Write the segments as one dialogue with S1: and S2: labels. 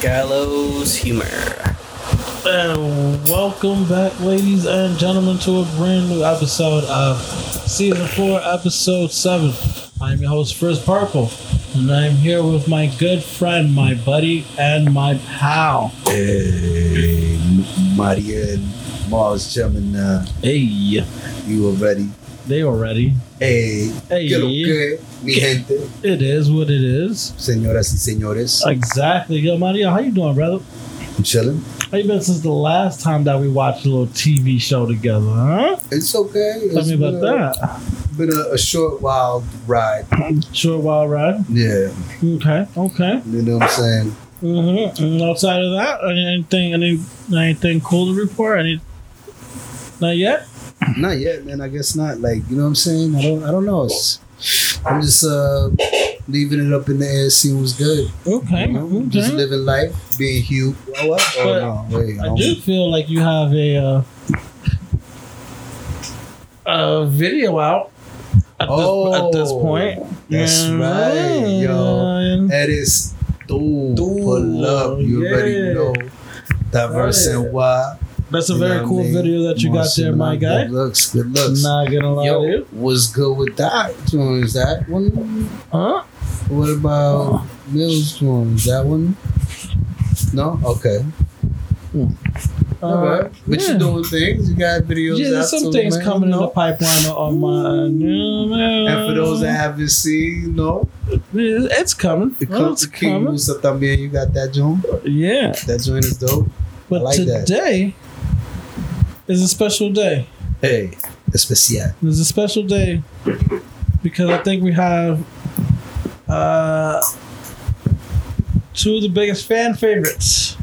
S1: Gallows humor.
S2: And welcome back, ladies and gentlemen, to a brand new episode of season four, episode seven. I'm your host, Frizz Purple, and I'm here with my good friend, my buddy, and my pal.
S3: Hey, Eh, Maria and Mars Gemini,
S2: Hey,
S3: you are ready.
S2: they already.
S3: Hey,
S2: Hey.
S3: ¿qué lo que, mi gente,
S2: It is what it is.
S3: señoras y señores.
S2: Exactly. Yo, Maria, how you doing, brother?
S3: I'm chilling.
S2: How you been since the last time that we watched a little TV show together, huh?
S3: It's okay.
S2: Tell
S3: It's
S2: me about
S3: been a,
S2: that.
S3: Been a, a short, wild ride.
S2: Sure, wild ride.
S3: Yeah,
S2: Okay, okay.
S3: you know what I'm saying?
S2: Mm-hmm. And outside of that, anything, any, anything cool to report? Any? Not yet.
S3: Not yet, man. I guess not. Like, you know what I'm saying? I don't. I don't know. It's, I'm just uh, leaving it up in the air, see what's good.
S2: Okay.
S3: You know? Just
S2: okay.
S3: living life, being Hugh. Oh, what? oh no, wait.
S2: I
S3: I'm-
S2: do feel like you have a uh, a video out at, this, at this
S3: Oh,
S2: point.
S3: that's
S2: Yeah.
S3: right, yo. Eres tú,
S2: Tú,
S3: pull up. You
S2: yeah.
S3: already know. Diverse
S2: Yeah.
S3: and why.
S2: That's a
S3: You know
S2: very
S3: what I
S2: cool
S3: mean?
S2: video that you got
S3: Monster
S2: there, my
S3: Mind,
S2: guy.
S3: Good looks, good looks.
S2: Not gonna lie to
S3: Yo,
S2: you.
S3: what's good with that one? Is that one?
S2: Huh?
S3: What about Mills one? Is that one? No? Okay. All
S2: Uh,
S3: right. But
S2: yeah.
S3: you're doing things. You got videos
S2: Yeah,
S3: out
S2: there's some
S3: too,
S2: things
S3: man.
S2: coming in
S3: No.
S2: the pipeline on my.
S3: And for those
S2: Uh,
S3: that haven't seen, no,
S2: it's coming.
S3: it
S2: it's
S3: comes to King
S2: coming.
S3: Musa Tambien. You got that joint.
S2: Yeah.
S3: That joint is dope.
S2: But
S3: like that.
S2: today is a special day.
S3: Hey, especial.
S2: It's a special day because I think we have uh, two of the biggest fan favorites.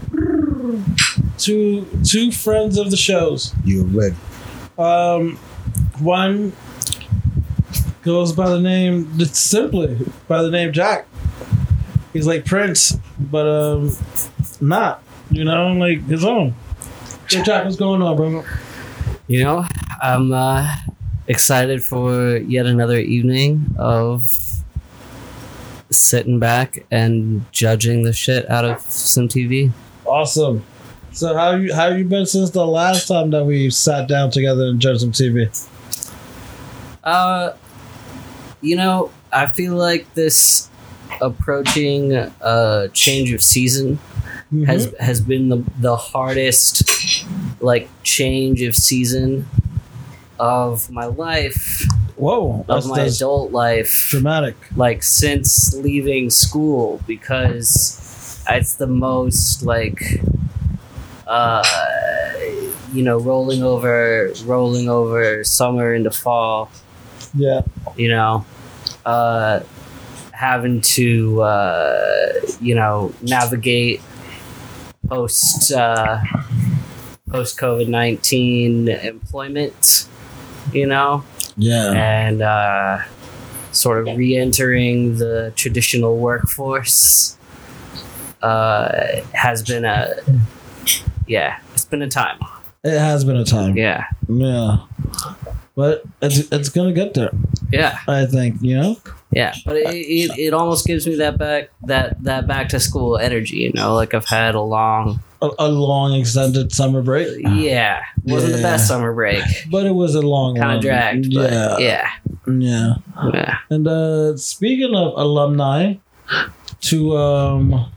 S2: Two two friends of the shows.
S3: You're ready.
S2: Um, one goes by the name it's simply by the name Jack. He's like Prince, but um, not you know like his own. Yo, Jack, what's going on, bro?
S1: You know, I'm uh, excited for yet another evening of sitting back and judging the shit out of some TV.
S2: Awesome. So how you how you been since the last time that we sat down together and judged some TV?
S1: Uh, you know, I feel like this approaching uh, change of season has has been the the hardest like change of season of my life
S2: whoa,
S1: of
S2: that's,
S1: my
S2: that's
S1: adult life
S2: dramatic.
S1: like since leaving school because it's the most like uh you know rolling over rolling over summer into fall
S2: Yeah,
S1: you know uh having to uh you know navigate post uh post covid-19 employment you know
S2: yeah.
S1: and uh, sort of re-entering the traditional workforce uh, has been a yeah it's been a time
S2: It has been a time. Yeah,
S1: yeah
S2: but it's it's gonna get there.
S1: yeah
S2: I think you know.
S1: yeah but it, it, it almost gives me that back that that back to school energy you know like i've had a long
S2: a, a long extended summer break.
S1: yeah wasn't the
S2: Yeah.
S1: best summer break
S2: But it was a long
S1: kind
S2: one.
S1: of dragged
S2: Yeah.
S1: but yeah
S2: Yeah.
S1: yeah
S2: And uh speaking of alumni to um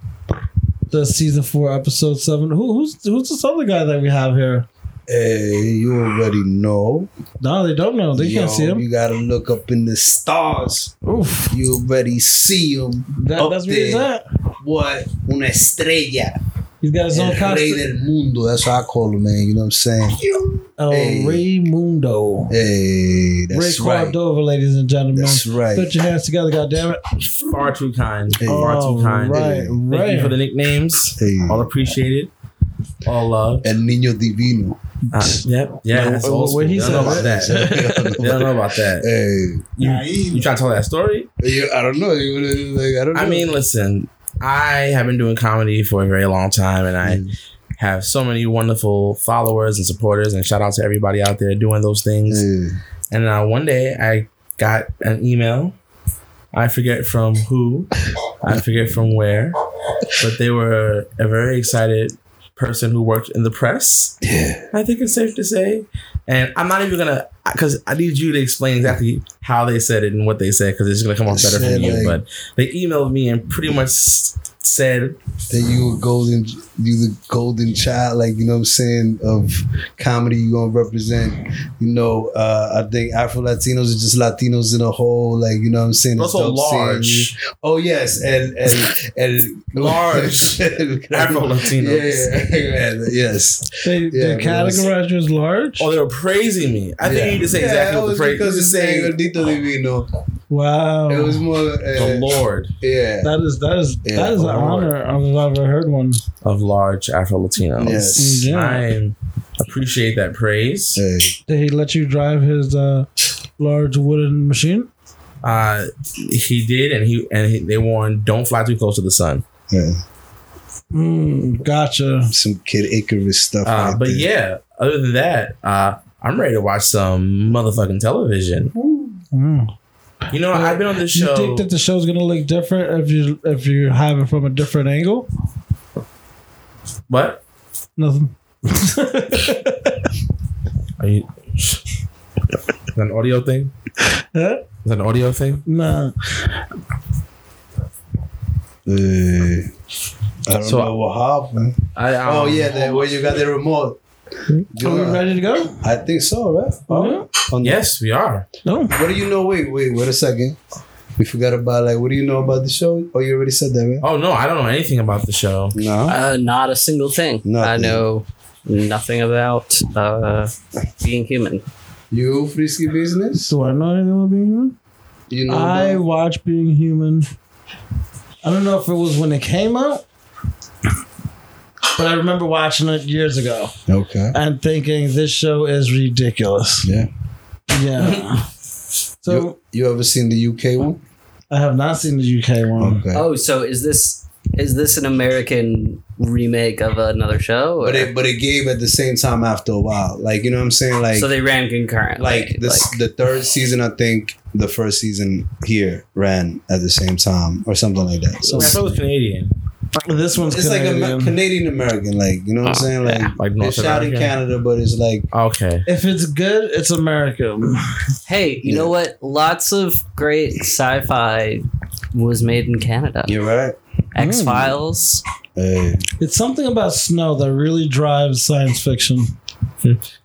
S2: the season four episode seven. Who, who's who's this other guy that we have here?
S3: Hey, you already know.
S2: No, they don't know. They
S3: Yo,
S2: can't see him.
S3: You gotta look up in the stars.
S2: Oof.
S3: You already see him.
S2: That,
S3: Up
S2: that's where he's
S3: there.
S2: at.
S3: What? Una estrella.
S2: He's got his
S3: El
S2: own
S3: rey
S2: costume.
S3: del mundo. That's what I call him, man. You know what I'm saying?
S2: El
S3: Hey.
S2: Rey Mundo.
S3: Hey,
S2: Ray
S3: that's right.
S2: Cordova, ladies and gentlemen.
S3: That's right.
S2: Put your hands together, goddammit.
S4: Far too kind.
S3: Hey.
S4: Far
S2: All
S4: too kind.
S2: Right,
S4: Thank you for
S2: right.
S4: the nicknames.
S3: Hey,
S4: All appreciated. All loved.
S3: El Niño Divino.
S4: Uh, yep. Yeah.
S2: No,
S4: that's
S2: what-
S4: old
S2: what he
S4: school. They don't know about
S3: said.
S4: that. they don't know about that.
S3: Hey,
S4: You, you trying to tell that story?
S3: you- I don't know. You wanna- like, I don't know.
S4: I mean, listen, I have been doing comedy for a very long time and
S3: Mm.
S4: I have so many wonderful followers and supporters and shout out to everybody out there doing those things.
S3: Hey,
S4: And uh, one day I got an email. I forget from who, I forget from where, but they were a very excited person who worked in the press.
S3: Yeah.
S4: I think it's safe to say. And I'm not even gonna, because I need you to explain exactly how they said it and what they said, because it's gonna come off better
S3: Said,
S4: from you.
S3: like-
S4: but they emailed me and pretty much s- said,
S3: That you a golden, you the golden child, like you know what I'm saying, of comedy. You gonna represent, you know. Uh, I think Afro Latinos are just Latinos in a whole, like you know what I'm saying. It's
S4: also
S3: dope seeing you.
S4: large,
S3: Oh yes, and and and
S4: Large Afro
S3: Yeah,
S4: Latinos.
S3: yeah, yeah, yes.
S2: They,
S3: Yeah,
S2: they
S3: but it was-
S2: categorized you as large.
S4: Oh, they were praising me. I think
S3: Yeah.
S4: you need to say
S3: Yeah,
S4: exactly
S3: that
S4: what the
S3: was
S4: praise.
S3: because
S4: Just
S3: it's
S4: say
S3: saying Gordito Divino.
S2: wow.
S3: It was more. Uh,
S4: the Lord
S3: Yeah.
S2: that is that is
S3: Yeah,
S2: that is an
S4: Lord.
S2: honor I've ever heard one.
S4: of large Afro Latinos.
S3: Yes.
S2: Mm, Yeah.
S4: I appreciate that praise.
S3: Hey.
S2: Did he let you drive his uh, large wooden machine?
S4: Uh, he did, and he and he, they warned, don't fly too close to the sun.
S3: Yeah.
S2: Mm, gotcha.
S3: Some kid Icarus stuff.
S4: Uh,
S3: like
S4: but
S3: that.
S4: yeah, other than that, uh, I'm ready to watch some motherfucking television.
S2: Mm.
S4: You know, I've been on this
S2: You
S4: show.
S2: think that the show's gonna look different if you if you have it from a different angle?
S4: what?
S2: Nothing.
S4: Are you? Is that an audio thing?
S2: Huh?
S4: Is that an audio thing?
S2: Nah.
S3: Uh, I don't
S4: So-
S3: know what happened.
S4: I, um,
S3: oh yeah, the, where you got the remote.
S2: Are we
S3: Yeah.
S2: ready to go?
S3: I think so, right?
S2: Oh,
S3: On-
S4: Yes, we are.
S2: No.
S3: What do you know? Wait, wait, wait a second. We forgot about like what do you know about the show? Oh, you already said that, right?
S4: Oh no, I don't know anything about the show.
S3: No.
S1: Uh, not a single thing. I
S3: Nothing.
S1: know nothing about uh, being human.
S3: You frisky business?
S2: Do I know anything about being human?
S3: You know.
S2: I
S3: about-
S2: watched Being Human. I don't know if it was when it came out, but I remember watching it years ago
S3: okay.
S2: and thinking this show is ridiculous.
S3: Yeah.
S2: Yeah. So
S3: you, you ever seen the UK one?
S2: I have not seen the UK one.
S3: Okay.
S1: Oh, so is this is this an American remake of another show? or-
S3: But it but it gave at the same time after a while. Like you know what I'm saying? Like
S1: so they ran concurrent.
S3: like this the third season I think the first season here ran at the same time or something like that. So
S4: So it's Canadian,
S2: This one's
S3: it's like
S2: Canadian.
S3: a Canadian American, like you know what I'm
S1: Oh,
S3: saying? Like
S4: like
S3: they
S4: North
S3: shot in
S4: American.
S3: Canada, but it's like
S4: Okay.
S2: if it's good, it's American.
S1: Hey, you
S3: Yeah.
S1: know what? Lots of great sci-fi was made in Canada.
S3: you're right.
S1: X Files.
S3: Hey.
S2: It's something about snow that really drives science fiction.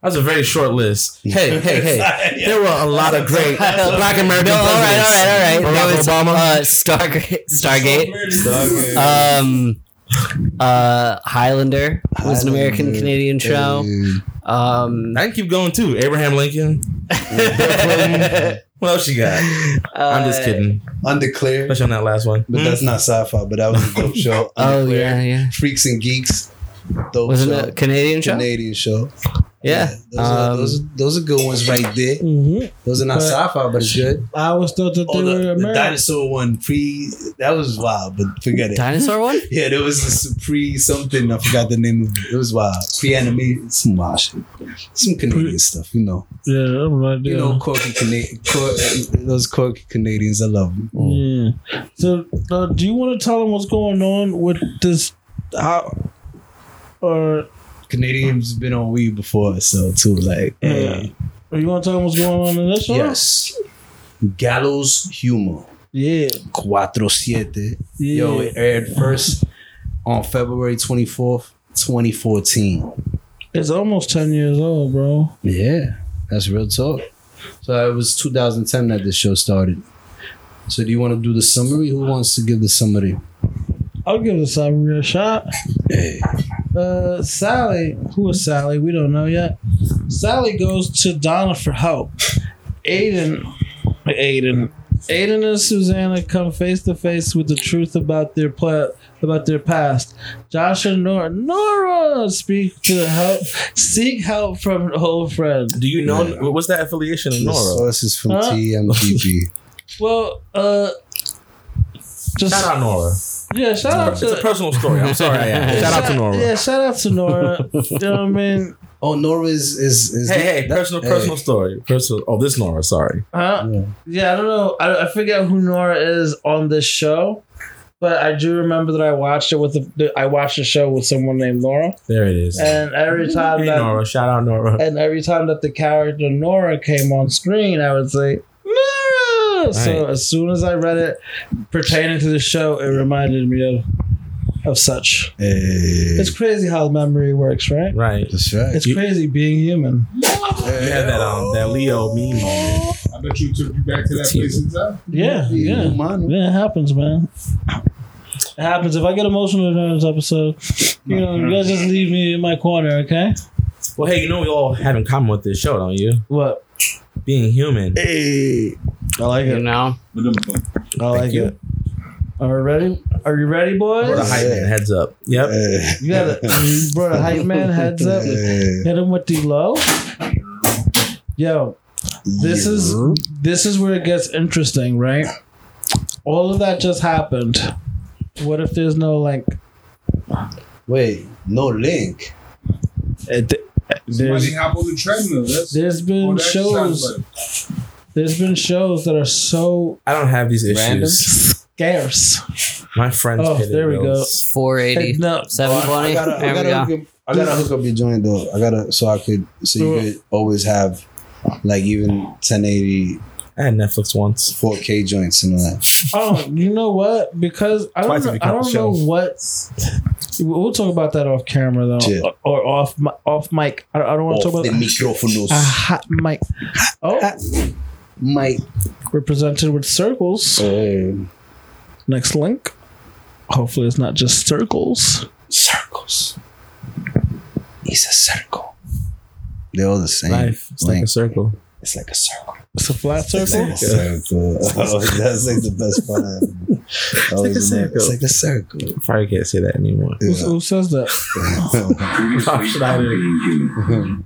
S4: That's a very short list. Hey, hey, hey. There were a lot of great black American
S1: No, all right, all right, all right.
S4: presidents.
S1: That was
S4: Barack Obama.
S1: uh, Stargate. Stargate.
S3: Stargate.
S1: Um, uh, Highlander was an American Canadian show. Um,
S4: I can keep going too. Abraham Lincoln. What else you got? I'm just
S1: uh,
S4: kidding.
S3: Undeclared.
S4: Especially on that last one.
S3: But that's not sci-fi. But that was a dope show.
S1: Oh
S3: Undeclared.
S1: yeah, yeah.
S3: Freaks and Geeks. Dope
S1: Wasn't
S3: show.
S1: it a Canadian show?
S3: Canadian show.
S1: Yeah.
S3: Those, are,
S1: Um,
S3: those, are- those are good ones right there. Those are not
S2: But-
S3: sci-fi, but it's good.
S2: I always thought that they
S3: Mm-hmm. Oh,
S2: were
S3: the, the
S2: American.
S3: dinosaur one pre that was wild, but forget it.
S1: Dinosaur one?
S3: yeah, there was this pre something. I forgot the name of it. It was uh, wild. Pre anime, some wild shit. some Canadian stuff, you know.
S2: Yeah, I have no idea.
S3: You know, quirky Canadian, those quirky Canadians. I love them.
S2: Yeah. So, uh, do you want to tell them what's going on with this? How? Or,
S3: Canadians been on weed before, so too. Like, hey.
S2: or you want to tell them what's going on in this show?
S3: yes, gallows humor.
S2: Yeah.
S3: Cuatro siete.
S2: yeah.
S3: Yo, it aired first on February twenty fourth, twenty fourteen.
S2: it's almost ten years old, bro.
S3: Yeah, that's real talk. So it was 2010 that this show started. So do you want to do the summary? Who wants to give the summary?
S2: I'll give this a real shot.
S3: Hey.
S2: Uh, Sally, who is Sally? We don't know yet. Sally goes to Donna for help. Aiden, Aiden, Aiden and Susanna come face to face with the truth about their pla- about their past. Josh and Nora, Nora speak to help, seek help from an old friend.
S4: Do you know what's that affiliation in
S3: The
S4: Nora?
S3: source is from
S2: Huh?
S3: TMGP.
S2: Well, uh, just
S4: Shout out Nora.
S2: yeah, shout out
S4: It's a
S2: to.
S4: personal story. I'm sorry. I am. Shout out to Nora.
S2: Yeah, shout out to Nora. you know what I mean?
S3: oh, Nora is is, is
S4: Hey, hey, personal,
S3: Hey.
S4: personal story. Personal. Oh, this Nora. Sorry.
S2: Huh?
S3: Yeah.
S2: Yeah, I don't know. I, I forget who Nora is on this show, But I do remember that I watched it with the, the- I watched a show with someone named Nora,
S4: There it is.
S1: Uh,
S2: and every time
S4: hey
S2: that
S4: Nora, shout out Nora.
S2: and every time that the character Nora came on screen, I would say Nora. So
S4: Right.
S2: as soon as I read it pertaining to the show, it reminded me of of such.
S3: Hey.
S2: It's crazy how memory works, right?
S4: Right.
S3: That's right.
S2: It's
S4: You-
S2: crazy being human.
S4: You had that um that Leo meme moment.
S5: I bet you took you back to that place in time.
S2: Yeah, yeah. Yeah, it happens, man. It happens. If I get emotional during this episode, you know, you guys just leave me in my corner, okay?
S4: Well, hey, you know we all have in common with this show, don't you?
S2: What?
S4: Being human.
S3: Hey.
S2: I like
S1: You know,
S2: I like
S4: you.
S2: it. Are you ready? Are you ready, boys?
S4: Or the hype man, heads up. Yep.
S3: Hey.
S2: You got a you brought a hype man heads up.
S3: Hey.
S2: Hit him with the low. Yo, this is
S3: Yeah.
S2: this is where it gets interesting, right? All of that just happened. What if there's no like?
S3: Wait, no link.
S2: it-
S5: Somebody
S2: there's
S5: hop on the treadmill. That's
S2: there's
S5: on
S2: been
S5: the exercise
S2: shows
S5: button.
S2: there's been shows that are so
S4: I don't have these issues.
S2: scarce.
S4: My friends.
S2: Oh,
S4: pay their
S2: there we go.
S4: bills.
S1: four
S2: Hey,
S1: eighty,
S2: no,
S1: seven
S3: I
S1: twenty.
S3: gotta, I
S1: There we
S3: gotta,
S1: go.
S3: hook up, I gotta hook up your joint though. I gotta so I could so you could always have like even 1080
S4: I had Netflix once.
S3: 4K joints and all that.
S2: oh, you know what? Because I
S4: Twice
S2: don't
S4: if
S2: know,
S4: you count
S2: I
S4: the
S2: don't
S4: show.
S2: know what. We'll talk about that off camera though,
S3: Yeah.
S2: or off mi- off mic. I, I don't want to talk about Ah.
S3: microphones.
S2: a hot mic. Oh,
S3: Mike.
S2: we're presented with circles.
S3: Hey.
S2: Next link. Hopefully, it's not just circles.
S3: Circles. It's a circle. They're all the same.
S4: Life. It's like a
S3: Link.
S4: circle.
S3: It's like a circle.
S2: It's a flat circle.
S3: It's like a circle. Oh, that's like the best part. ever. I always remember, It's like a circle.
S4: I probably can't say that anymore.
S2: Who, who says that?
S4: Rob Schneider and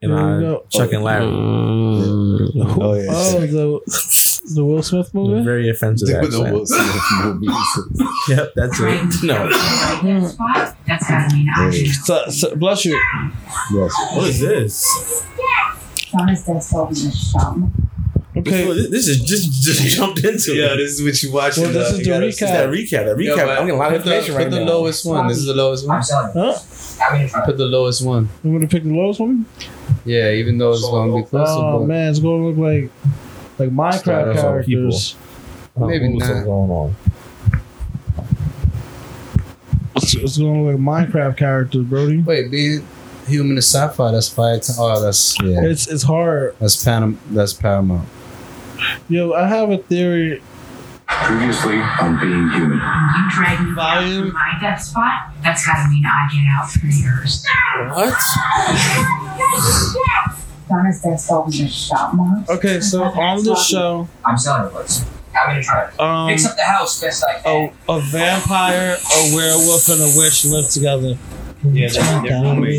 S2: There you
S4: I,
S2: go.
S4: Chuck and Larry.
S1: Mm.
S2: Who-
S3: Oh, yeah.
S2: Oh, the the Will Smith
S4: They're
S2: movie.
S4: Very offensive
S3: They put the
S4: accent.
S3: Will Smith movies.
S4: Yep, that's it. No.
S2: Hmm.
S6: That's gotta mean I do.
S2: So, so, bless you.
S3: Yes.
S4: What is this?
S6: Jonas does solve the sum.
S4: Well,
S2: Okay.
S4: this- This is just just jumped into
S3: Yeah,
S4: it.
S3: this is what you watching.
S2: Well, this
S3: though.
S2: is
S3: You
S2: the
S3: gotta-
S2: recap.
S4: That recap, that recap.
S7: Yo, but
S4: I'm getting a lot of
S7: put the-
S4: information right
S7: Put the
S4: now.
S7: lowest one. This is the lowest one.
S2: Huh?
S7: Put the lowest one.
S2: You want to pick the lowest one?
S7: Yeah, even though it's gonna be closer,
S2: Oh
S7: but
S2: man, it's gonna look like like Minecraft
S4: Start us off, people.
S2: characters.
S4: Oh,
S7: maybe
S4: what's
S7: not.
S4: going on?
S2: It's, it's gonna look like Minecraft characters, Brody.
S7: wait, being human is sci-fi. That's five. T- oh, that's
S3: Yeah.
S2: It's it's hard.
S7: that's Panam- That's Paramount.
S2: Yo, I have a theory.
S8: Previously on Being Human.
S6: You drag me down to my death spot. That's gotta mean I get out through yours.
S4: What?
S6: Jonas does solve the sum.
S2: Okay, so on this show,
S8: I'm selling the place. I'm gonna try to
S2: um,
S8: fix up the house best I can.
S2: a, a vampire, a werewolf, and a witch live together. Yeah,
S4: I'm really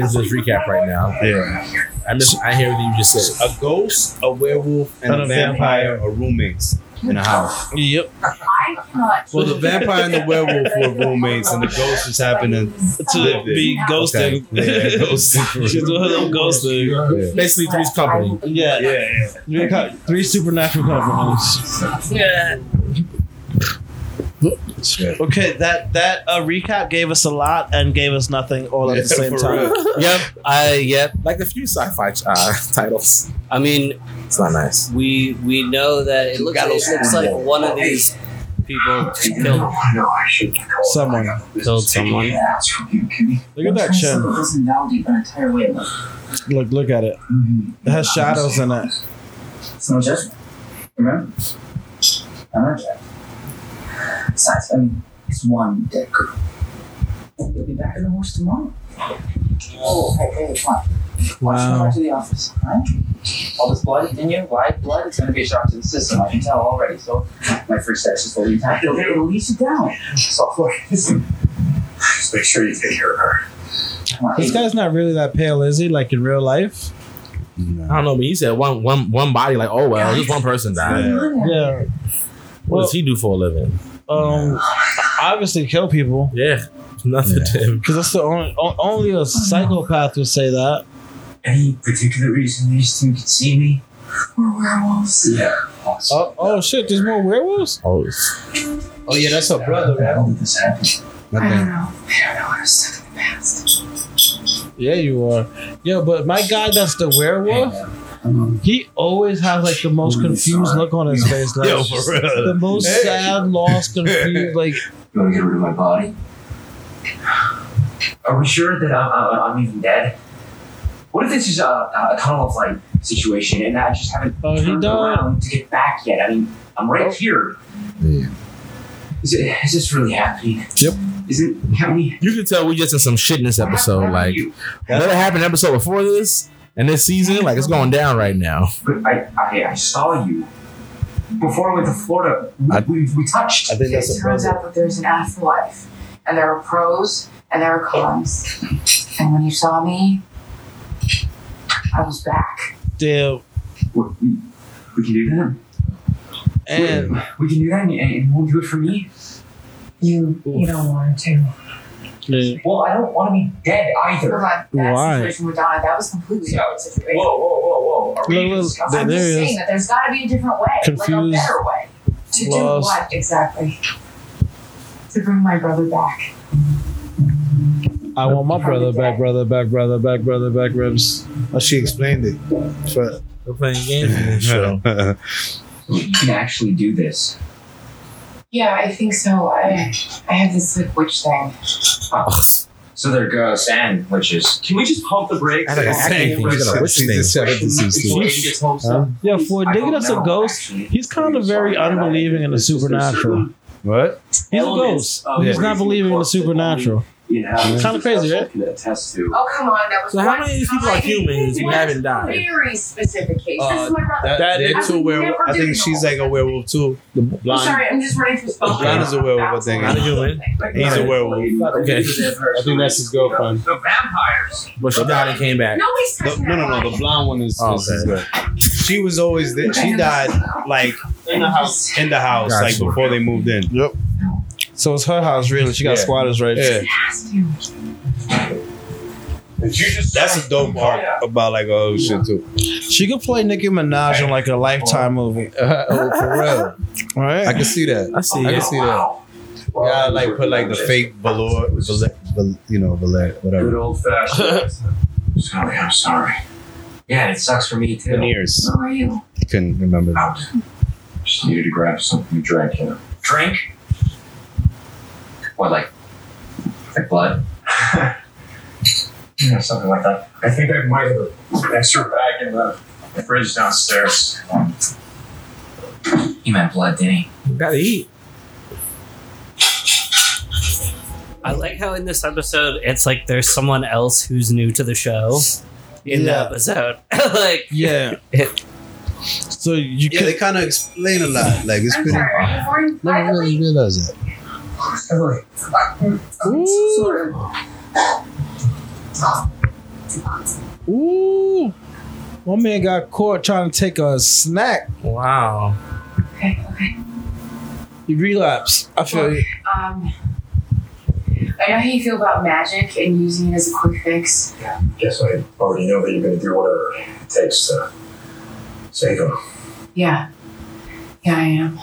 S4: into this recap right now.
S3: Yeah.
S4: I miss. I hear what you just said.
S3: A ghost, a werewolf, and,
S2: And
S3: a,
S2: a
S3: vampire are roommates in a house.
S2: Yep.
S6: I thought.
S3: Well, the vampire and the werewolf were roommates, and the ghost is happening.
S2: To be ghosting.
S3: Yeah, ghosting.
S2: She's one of them ghosting.
S4: Basically, Three's Company.
S2: Yeah, yeah, yeah. Three supernatural couples.
S3: That's right.
S2: Okay, that that uh, recap gave us a lot and gave us nothing all at the
S3: Yeah,
S2: same
S3: for
S2: time.
S3: real.
S1: Yep. I yep.
S4: Like a few sci-fi uh, titles.
S1: I mean,
S4: It's not nice.
S1: we we know that it looks, it looks like one of these people killed
S8: No, I should go.
S2: Someone.
S1: killed someone.
S8: That's from you, Kimmy.
S2: Look at that chin.
S6: validate my entire way. Look.
S2: Look, look at it. It has shadows in it.
S8: Mm-hmm. It's no judgment. Remember? I heard that. Besides, I mean, it's one dead girl. You'll be back in the horse tomorrow. Oh, hey, hey, come on. Wow. Back to the office, all right? All this blood in you, live blood, it's going to be a shock to the system. I can tell already. So my first step is just holding tight. It'll, it'll release you down. So, look, listen. Just make sure you take care of her. Come on.
S2: This guy's not really that pale, is he? Like in real life?
S4: I don't know, but he said one, one, one body. Like, oh well, just one person died.
S2: Yeah.
S4: What does he do for a living?
S2: Um, obviously kill people
S4: Yeah, nothing to him.
S2: because that's the only o- only a psychopath would say that.
S8: Any particular reason these two could see me? We're werewolves. Yeah.
S2: Oh, oh shit! There's more werewolves.
S4: Oh, it's-
S9: Oh yeah, that's her brother,
S8: I
S9: right?
S8: don't think this happened.
S3: I
S8: I don't
S3: think.
S8: know. I don't know. I was stuck in the past.
S2: Yeah, you are. Yo, but my guy, that's the werewolf.
S8: Um,
S2: He always has like the most confused look on his face. Like,
S4: Yo, for real.
S2: The most sad, lost, confused. Like,
S8: you want to get rid of my body? Are we sure that I'm, I'm, I'm even dead? What if this is a, a tunnel of light situation and I just haven't
S2: Oh, he
S8: turned
S2: died. Oh.
S8: around to get back yet? I mean, I'm right here.
S3: Yeah.
S8: Is, it, is this really happening?
S2: Yep.
S8: Isn't County?
S4: you can tell we just in some shit in this episode. Like, what happened episode before this and this season? Like, it's going down right now.
S8: But I, I, I saw you before I went to Florida. We,
S3: I-
S8: we, we touched.
S3: I think
S6: It
S3: that's a
S6: turns
S3: brother.
S6: out that there's an afterlife, and there are pros and there are cons. And when you saw me, I was back.
S2: damn.
S8: We, we- we can do that.
S2: And
S8: We can do that, and, and we'll do it for me.
S10: You, you don't want to.
S8: Well, I don't want to be dead either.
S6: Hold on, that
S2: Why?
S6: situation with Donna, that was completely a different
S8: Whoa,
S6: situation.
S8: whoa, whoa, whoa! Are we
S2: Look, look,
S8: discussing-
S2: there-
S6: I'm
S2: there
S6: just
S2: he is.
S6: saying that there's got to be a different way, like a
S2: Confused,
S6: better way.
S2: To
S6: To
S2: do
S6: do
S2: lost.
S6: what exactly? To bring my brother back.
S2: I want my brother back, brother back, brother back, brother back, ribs.
S3: Oh, she explained it. For-
S4: We're playing games in this
S8: You can actually do this.
S6: Yeah, I think so. I I have this like witch thing.
S8: So there goes and witches. Can we just pump the brakes?
S4: I don't
S8: and
S4: know,
S8: actually
S4: saying things
S8: embrace
S4: that
S8: the
S4: are witch
S3: See, this-
S8: question
S3: this
S8: and
S3: is-
S8: explain this whole stuff?
S2: Yeah, for
S8: I
S2: digging
S8: don't
S2: us a
S8: know,
S2: ghost.
S8: actually.
S2: He's kind of very
S8: Sorry,
S2: unbelieving in the
S8: it's just there's
S2: supernatural.
S8: certain
S3: What?
S2: He's a
S8: elements
S2: ghost.
S8: of
S2: He's not
S8: raising
S2: believing in the
S8: corpse that only,
S2: supernatural.
S8: You know,
S2: Kinda crazy, right?
S8: Can attest to.
S6: Oh come on, that was
S4: So how
S6: one
S4: many of these people are
S6: time.
S4: humans who
S6: One
S4: haven't died?
S6: Very specific case. this
S9: Uh,
S6: is my brother.
S9: That,
S6: I
S9: they're
S6: would
S9: two werewolf.
S6: never
S9: I
S6: do
S9: think
S6: the
S9: she's
S6: whole
S9: like a werewolf too. The
S6: I'm sorry, I'm just running through spells.
S9: Blind is a werewolf, I think.
S4: Not
S6: That's
S4: a human.
S6: all.
S9: He's a werewolf.
S4: Okay.
S9: I think that's his girlfriend.
S8: The vampires.
S4: But she died and came back.
S6: Nobody's touching
S9: no, no,
S6: that
S9: no. The
S6: line.
S9: blonde one is.
S4: Oh,
S9: is- is
S4: okay.
S9: good. She was always there. She died like in the house. In the house,
S4: Gotcha.
S9: like before they moved in. Yep.
S2: So it's her house, really. She got
S9: Yeah.
S2: squatters right
S9: Yeah.
S6: Ask you.
S9: That's a dope part about like oh shit too.
S2: She could play Nicki Minaj in like a lifetime movie.
S3: oh, for real.
S2: All
S3: I
S2: right.
S3: can see that.
S4: I see.
S3: I can
S4: it.
S3: see that.
S9: Yeah, like put like the fake velour,
S3: Val- you know, Valet,
S8: Good
S3: whatever.
S8: old fashioned. sorry, I'm sorry. Yeah, it sucks for me too.
S9: veneers.
S6: Who are you?
S3: Couldn't remember. that.
S8: Out. Just needed to grab something to drink here. Drink? What, like, like blood? yeah, something like that. I think I might have an extra bag in the fridge downstairs. He meant blood, didn't he?
S4: Gotta eat.
S1: I like how in this episode it's like there's someone else who's new to the show in
S2: Yeah.
S1: the episode. like
S2: Yeah. So you
S3: Yeah, they
S2: could.
S3: kind of explain a lot. Like it's
S6: I'm
S3: pretty.
S6: sorry, are you born
S3: Never really
S6: privately?
S3: realize that.
S2: Ooh. One man got caught trying to take a snack.
S4: Wow.
S6: Okay, okay.
S2: He relapsed. I feel you.
S6: Um, I know how you feel about magic and using it as a quick fix.
S8: Guess I already know that you're going to do whatever it takes to save him.
S6: Yeah. Yeah, I am.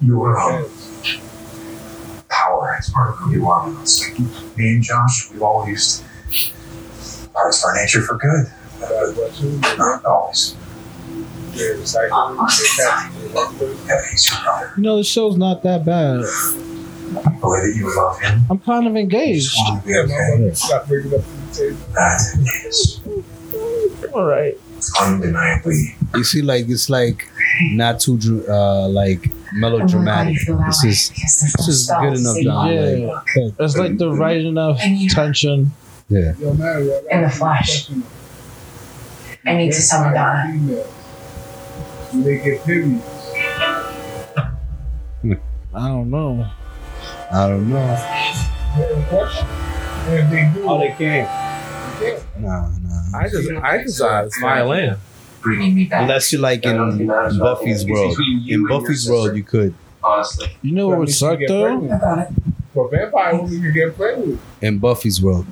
S8: You were um, power is part of who you are. It's like me and Josh, we've always parts of our nature for good. Not always. Yeah, he's your brother.
S2: You know, the show's not that bad.
S8: The way that you love him,
S2: I'm kind of
S8: you
S2: engaged.
S8: just want to be okay. That is
S2: All right.
S8: undeniably
S3: You see, like it's like not too dr- uh like
S6: I'm really glad
S3: melodramatic.
S6: you feel that
S3: This
S6: way
S3: is
S6: because there's
S3: this
S6: no
S3: is
S6: spells
S3: good enough,
S6: in-
S3: John.
S2: Yeah. It's like the right enough
S6: I need,
S2: tension.
S6: in the flesh. I need to summon Donna.
S11: They get pygmy.
S2: I don't know.
S3: I don't know.
S11: And if they do,
S9: Oh, they came.
S3: Nah, nah.
S4: I just, I just, uh, it's violin.
S8: bringing me back.
S3: Unless you're like in Buffy's world. In Buffy's world, you could.
S8: honestly,
S2: You know what would suck though?
S6: About it.
S11: But vampire women can get pregnant.
S3: In Buffy's world,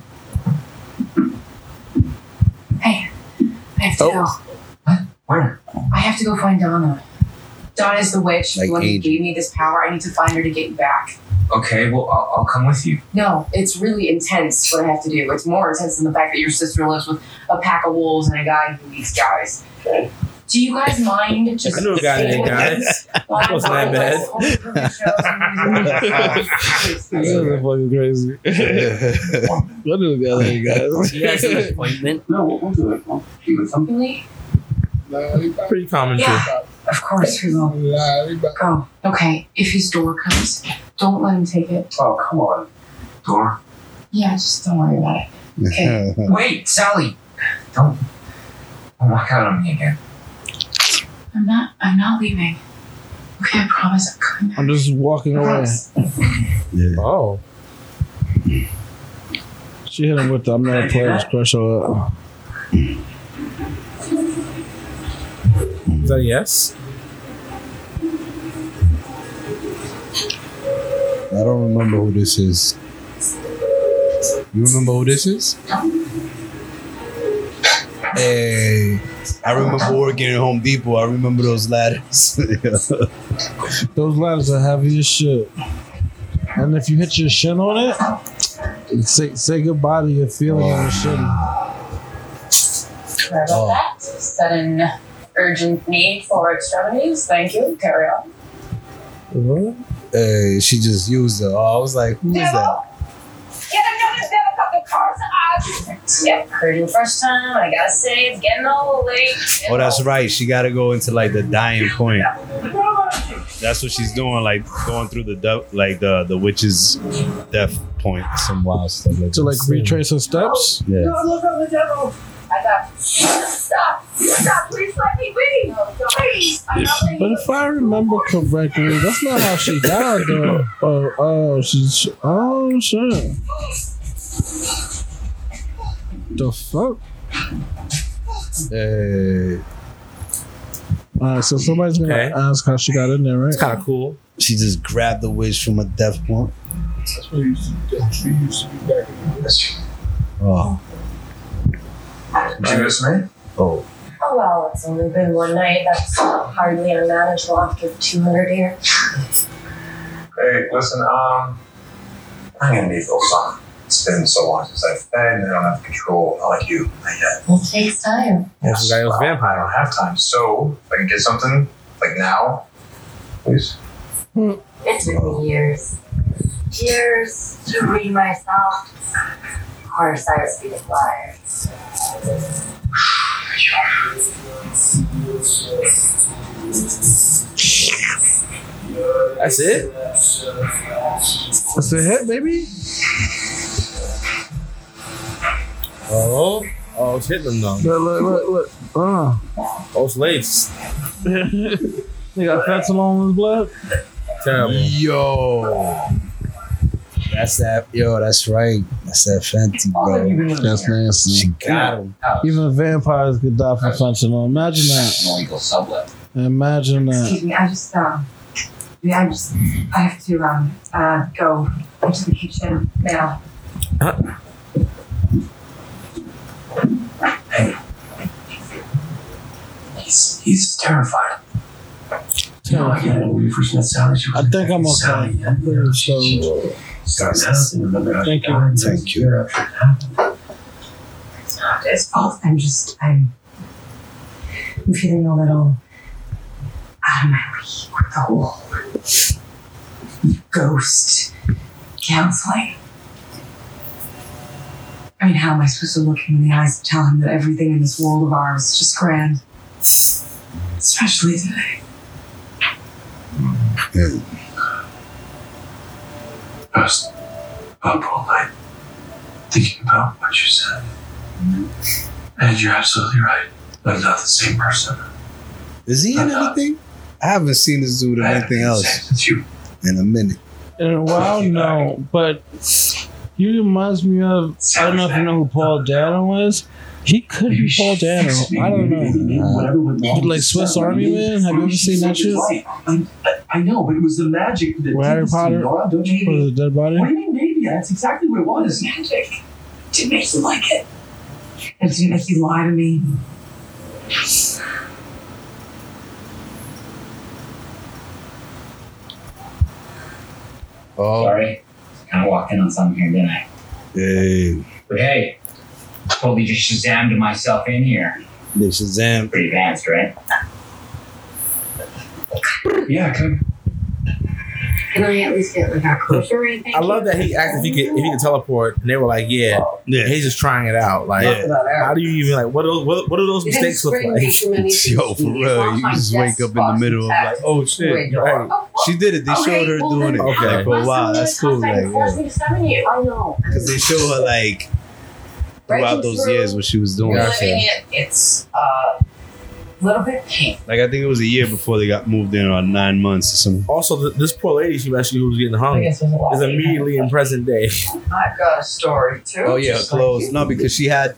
S6: I
S12: have to
S1: Oh.
S12: go.
S8: Where?
S12: I have to go find Donna. Donna is the witch,
S3: Like
S12: the one who
S3: Angel.
S12: gave me this power. I need to find her to get you back.
S8: Okay, well, I'll, I'll come with you.
S12: No, it's really intense what I have to do. It's more intense than the fact that your sister lives with a pack of wolves and a guy who eats guys. Do you guys mind just
S4: I knew a guy
S12: staying
S4: named
S12: with
S4: Guy.
S12: us? Why-
S4: That wasn't that
S12: why-
S4: bad.
S12: why- only perfect shows and movies.
S2: fucking crazy. What do we got there, guys?
S1: You guys have an appointment?
S8: No, we'll, we'll do it. We'll do it. Something.
S12: Really?
S4: Pretty common
S12: Yeah.
S4: too.
S12: Of course we will. Go. Okay. If his door comes, don't let him take it.
S8: Oh, come on. Door.
S12: Yeah, just don't worry about it.
S8: Wait, Sally. Don't. Don't walk out on me again.
S12: I'm not. I'm not leaving. Okay, I promise. I'm coming back.
S2: I'm just walking
S12: I
S2: away.
S12: promise.
S4: Oh.
S2: She hit him with the I'm not a player, just crush her up.
S4: Is that a yes?
S3: I don't remember who this is. You remember who this is? Hey, I remember working at Home Depot. I remember those ladders.
S2: Those ladders are heavy as shit. And if you hit your shin on it, it say, say goodbye to your feeling on your shin.
S12: Sorry
S3: Oh.
S12: about that. Sudden urgent need for extremities. Thank you. Carry on.
S3: hey, she just used her. Oh, I was like, who is that?
S12: Yeah, I'm gonna a couple cars. Yep, heard you the first time. I gotta say, it's getting old, late.
S7: Oh, that's right. She got to go into like the dying point. That's what she's doing, like going through the du- like the the witch's death point.
S3: Some wild stuff.
S2: To like
S3: this.
S2: retrace her steps.
S3: Yeah.
S12: I thought, stop, stop, please let me be. Please, I'm not
S2: But
S12: leaving.
S2: if I remember correctly, that's not how she died though. Oh, oh, she's oh shit. The fuck?
S3: Hey,
S2: Alright, so somebody's gonna
S4: Okay.
S2: ask how she got in there, right?
S4: It's kind of cool.
S3: she just grabbed the witch from a death point.
S5: That's what he used to, that's what he used to do back in the day.
S3: Oh,
S8: Did you miss me?
S3: oh.
S12: Oh well, it's only been one night. That's hardly unmanageable after 200 here.
S8: Hey, listen, um, I'm gonna need a little something. It's been so long since I've fed, and I don't have control, not like you, not yet.
S12: It takes time.
S4: Yes, the guy was
S8: well,
S4: vampire.
S8: I don't have time, so if I can get something, like now, please.
S12: It's been years. Years to read myself. Of course, I was being fired.
S4: That's it.
S2: That's a hit, baby.
S4: Oh. Oh, it's hitting them though.
S2: Look, look, look, look. Uh.
S4: Oh, it's late.
S2: they got fats along his blood.
S4: Terrible.
S3: Yo. That's that. Yo, that's right. That's that Fenty, bro.
S2: That's nasty.
S3: She got him.
S2: Even vampires could die from fentanyl. Imagine that.
S8: Illegal sublet.
S2: Imagine that.
S12: Excuse me, I just, um, yeah, I just, I have to, um, uh, go into the kitchen now.
S8: He's, he's terrified. You know, I get it. When we first met Sally, she was
S2: I think I'm okay.
S8: Sally, yeah.
S2: So,
S8: Starts out, and remember how she
S2: Thank you.
S8: died, and
S3: Thank you.
S8: you're up.
S12: It's not his fault. I'm just, I'm, I'm feeling a little out of my league with the whole ghost counseling. I mean, how am I supposed to look him in the eyes and tell him that everything in this world of ours is just grand? Especially today.
S8: I was up all night thinking about what you said.
S2: Mm-hmm.
S8: And you're absolutely right. I'm not the same person.
S3: Is he in anything? I haven't seen this dude in
S8: I haven't
S3: anything
S8: been the
S3: else
S8: same Since you
S3: in a minute.
S2: in a while, no. But he reminds me of, I don't know if you know who Paul Dano is. He could be Paul Dano. I don't know.
S8: know.
S2: Like Swiss Army Man? Have you ever seen that shit?
S8: I know, but it was the magic that
S2: Where Harry
S8: did this to
S2: Potter-
S8: you, Laura, don't you
S2: What
S8: even-
S2: is it, dead body?
S8: What do you mean, maybe? That's exactly what it was.
S12: Magic. Didn't make you like it. It didn't make you lie to me.
S4: Oh,
S8: Sorry. Kind of walked in on something here, didn't I?
S7: Hey,
S8: But hey, totally just shazammed myself in here.
S7: they Shazam.
S8: Pretty advanced, right? Yeah, come.
S12: Can I at least get like a kosher or anything?
S4: I love that he asked if he could if he could teleport, and they were like, "Yeah."
S7: Yeah.
S4: He's just trying it out. Like,
S7: Yeah.
S4: how do you even like what? do- What, what do those mistakes look like?
S3: Yo, for real, you just wake up in the middle of like, oh shit.
S4: Right.
S12: Oh,
S3: She did it. They showed her doing it
S4: Okay.
S3: like, for a while. That's cool. Like, yeah.
S12: I know.
S3: Because they show her like throughout those years what she was doing.
S12: You're
S4: Gotcha.
S12: living it. It's uh, a little bit pink.
S7: Like I think it was a year before they got moved in, or nine months or something.
S4: Also, th- this poor lady, she actually who was getting
S12: I
S4: hung,
S12: guess there's a lot.
S4: is immediately in present day.
S12: I've got a story too.
S3: Oh yeah, her
S12: just like
S3: clothes.
S12: you.
S3: No, because she had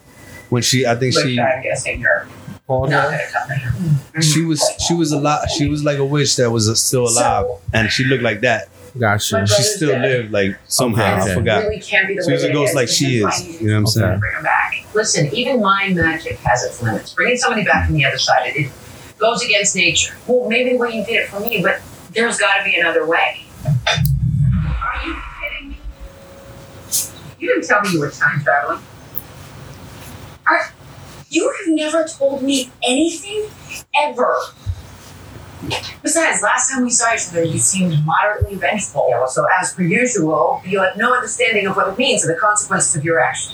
S3: when she I think
S12: Which
S3: she
S12: I'm guessing you're
S4: Paul
S12: not
S4: Rudd.
S12: gonna come in.
S3: she was she was a lot she was like a witch that was still alive and she looked like that.
S4: Gotcha.
S3: She still lived like somehow.
S4: Okay.
S3: I forgot.
S12: Really can't be the
S3: She
S12: way
S3: was a
S12: it
S3: ghost
S12: is
S3: like she
S12: because
S3: is.
S12: like,
S3: You know what I'm saying?
S12: Bring 'em back. Listen, even my magic has its limits. Bringing somebody back from the other side, it, it goes against nature. Well, maybe the way you did it for me, but there's got to be another way. Are you kidding me? You didn't tell me you were time traveling.
S6: You have never told me anything ever.
S12: Besides, last time we saw each other, you seemed moderately vengeful. Yeah, well, so as per usual, you have no understanding of what it means or the consequences of your action.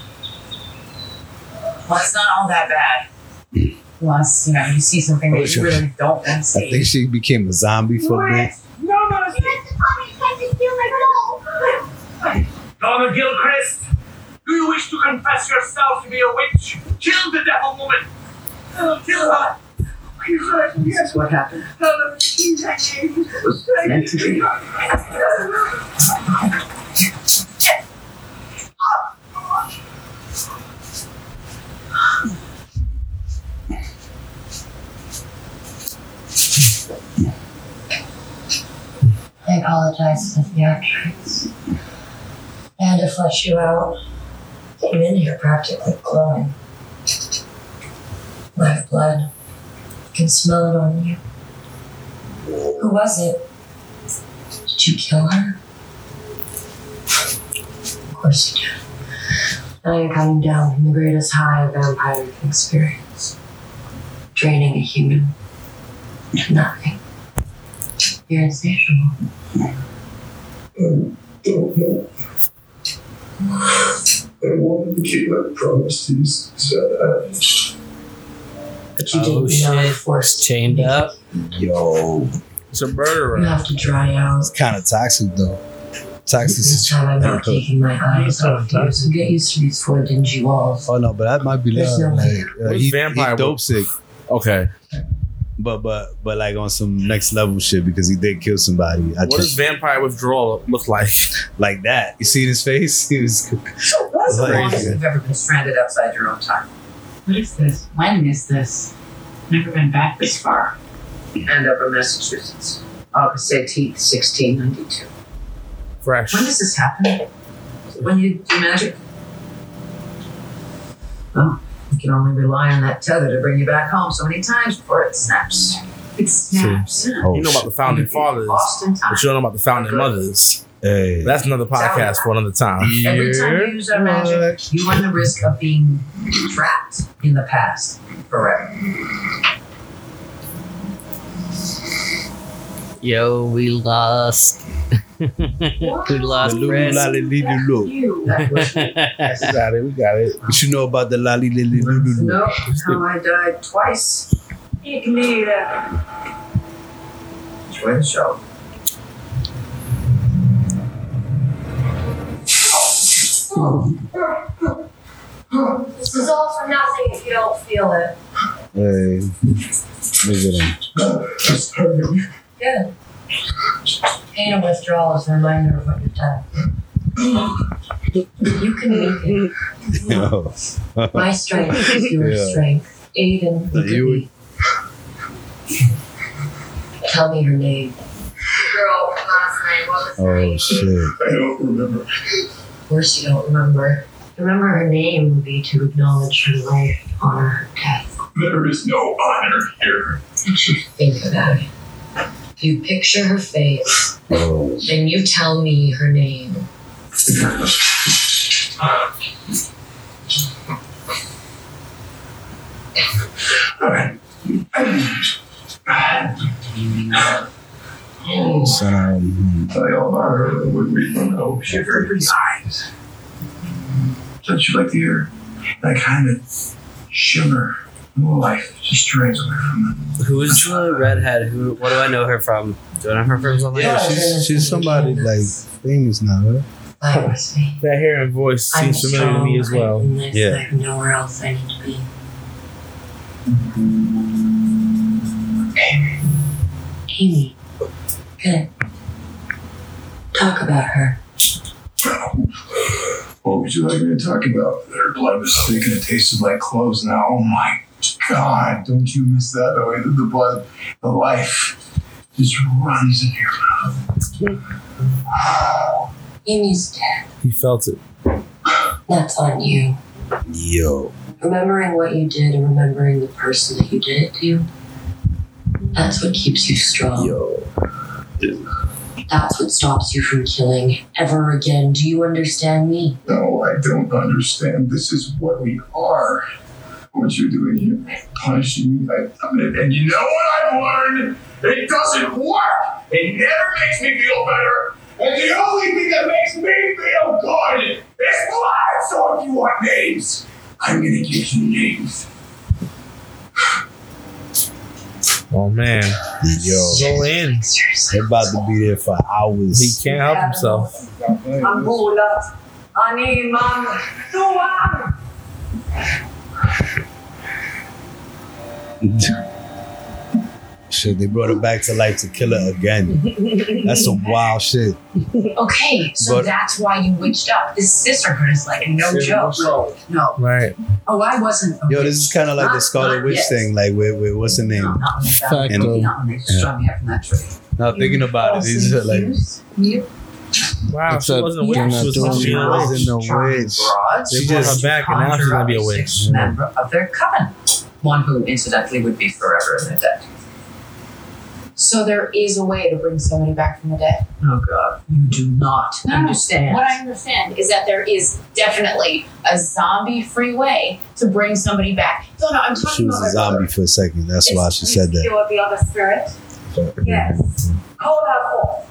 S12: Well, it's not all that bad. Unless, you know, you see something
S3: Oh,
S12: that you
S3: sure.
S12: really don't want to
S3: I think
S12: see.
S3: she became a zombie for a bit.
S6: No, no, you have to tell me if I can feel my soul.
S5: Donna Gilchrist, do you wish to confess yourself to be a witch? Kill the devil woman. Kill her. Kill her.
S12: This is what happened.
S5: Meant to be.
S6: I apologize to the theatrics. I had to flush you out. Came in here practically glowing. Live blood. I can smell it on you. Who was it? Did you kill her? Of course you did. I am coming down from the greatest high a vampire can experience. Draining a human to nothing. You're insatiable.
S5: Don't know. I wanted to keep my promises, so
S8: uh,
S6: But you
S1: Oh,
S6: didn't know I
S1: shit.
S6: forced
S1: Chained up.
S3: Yo,
S4: It's a
S6: you
S4: murderer.
S6: have to dry out.
S3: it's kind of toxic though. Toxic
S6: This
S3: situation.
S6: time I'm not taking my eyes off you, so get used to these four dingy walls.
S3: Oh no, but that might be
S6: There's
S3: love.
S6: no
S3: Like,
S6: way.
S3: uh,
S4: What
S3: he, he
S4: vampire would-
S3: dope sick,
S4: Okay.
S3: but but but like on some next level shit because he did kill somebody. I
S4: What does
S3: just
S4: vampire withdrawal look like?
S3: like that. You see his face? He was
S12: So what's the
S3: Like-
S12: longest you've ever been stranded outside your own time?
S6: What is this? When is this? Never been back this far.
S12: And up in Massachusetts, August 18th, 1692.
S4: Fresh.
S12: When does this happen? When you do magic? Well, you can only rely on that tether to bring you back home so many times before it snaps.
S6: It snaps.
S3: oh,
S4: You know about the founding fathers, but
S12: Lost in time.
S4: you don't know about the founding mothers.
S3: hey.
S4: That's another podcast for another time.
S12: Every time you use that magic, you run the risk of being trapped in the past forever.
S1: Yo, we lost. we lost
S3: Lulu,
S1: Chris.
S3: lolly, lily, loo.
S12: You. That was me.
S4: We got it. We got it.
S3: What you know about the lolly lily lulu loo?
S12: Nope, how I died twice.
S6: Ik meen het.
S12: Enjoy the show.
S6: This is all for nothing if you don't feel it.
S3: Hey, look at him.
S6: Good. Pain and withdrawal is a reminder of what you've done. You can make
S3: Yo.
S6: it. My strength is your
S3: Yeah.
S6: strength. Aiden,
S3: Now
S6: look
S3: you
S6: at me. Tell me your name.
S12: Girl, last night, what was
S3: Oh shit.
S5: I don't remember.
S6: Of course, you don't remember. Remember her name would be to acknowledge her life, honor her death.
S8: There is no honor here.
S6: Think about it. If you picture her face,
S3: Oh.
S6: then you tell me her name.
S8: All right. Oh,
S4: So, um,
S8: I all about her would read from oh, she had very pretty eyes. Don't you like the air? That kind of shimmer in life just drains away from
S1: Who's the redhead? Who? What do I know her from? Do I know her from something?
S3: Yeah, she's, she's somebody like famous now, right?
S6: Lie with me.
S4: that hair and voice
S6: I'm
S4: seems familiar to me as
S6: strong. I
S4: well.
S6: can live
S3: Yeah.
S6: like nowhere else I need to be. Amy, good. Talk about her.
S8: them. What would you like me to talk about? Their blood was thick and it tasted like cloves now. Oh my god, don't you miss that? The way that the blood, the life just runs in your
S6: Amy's dead.
S4: He felt it.
S6: That's on you.
S3: Yo.
S6: Remembering what you did and remembering the person that you did it to, that's what keeps you strong.
S3: Yo.
S6: That's what stops you from killing ever again. Do you understand me?
S8: No, I don't understand. This is what we are. What you're doing here, punishing me. I, I'm gonna- and you know what I've learned? It doesn't work. It never makes me feel better. And the only thing that makes me feel good is blood. So if you want names, I'm gonna give you names.
S4: Oh man,
S3: Yo.
S4: go in.
S3: They're about to be there for hours.
S4: He can't help himself.
S12: Ambulat, animam, tuam.
S3: Shit, they brought him back to life to kill her again. That's some wild shit.
S12: Okay, so
S3: But-
S12: that's why you witched up. This sisterhood is like no joke. No.
S4: Right.
S12: Oh, I wasn't. a
S3: Yo,
S12: witch.
S3: this is kind of like the Scarlet Witch
S12: Yes.
S3: thing, like with, with what's her
S12: No,
S3: name?
S12: not when they found
S3: Facto.
S12: me, not when they just strung me up from that tree.
S3: Now thinking about it, these are like
S12: You
S4: Wow,
S2: It's
S4: she
S2: a-
S4: wasn't a witch.
S12: Yeah,
S4: She was
S2: they're not
S4: supposed to be
S2: doing that.
S4: a witch.
S3: wasn't a witch.
S12: broads
S4: They brought her back, and now she's gonna be a
S12: conjure up
S4: witch.
S12: sixth member of their coven, one who incidentally would be forever in the dead.
S13: So there is a way to bring somebody back from the dead.
S12: Oh God, you do not
S13: No,
S12: understand.
S13: What I understand is that there is definitely a zombie-free way to bring somebody back. No, no, I'm
S3: She
S13: talking
S3: was
S13: about
S3: a zombie for a second. That's why she said that.
S13: It
S3: Mm-hmm.
S13: would be other spirit. Yes.
S8: Call that ball.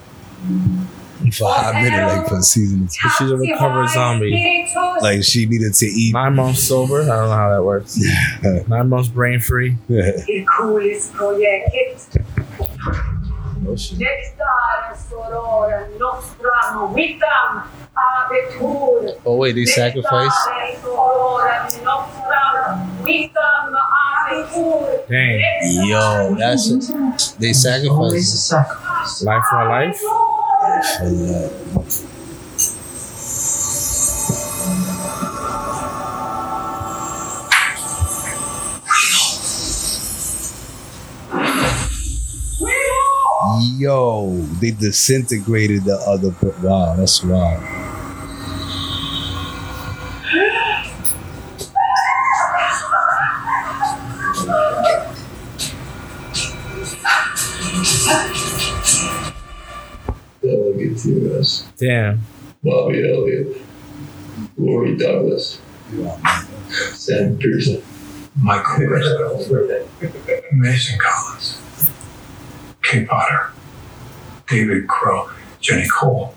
S3: For a hot minute, like for a season.
S4: She's a recovered zombie.
S3: Like she needed to eat.
S4: Nine months sober. I don't know how that works. Nine months brain free.
S8: Il coolest project.
S12: Nectar sorora nostram vitam abetur.
S2: Oh wait, they
S12: Nectar sorora nostram vitam abetur.
S4: Dang.
S3: Yo, that's They
S12: Always a
S3: sacrificed.
S12: sacrifice.
S4: Life for life.
S3: Yo, they disintegrated the other. per- Wow, that's wild.
S8: Delegate to us.
S4: Damn.
S8: Bobby Elliott. Lori Douglas. Sam Pearson. Michael Rizzo. Mason Collins. Kay Potter. David Crow. Jenny Cole.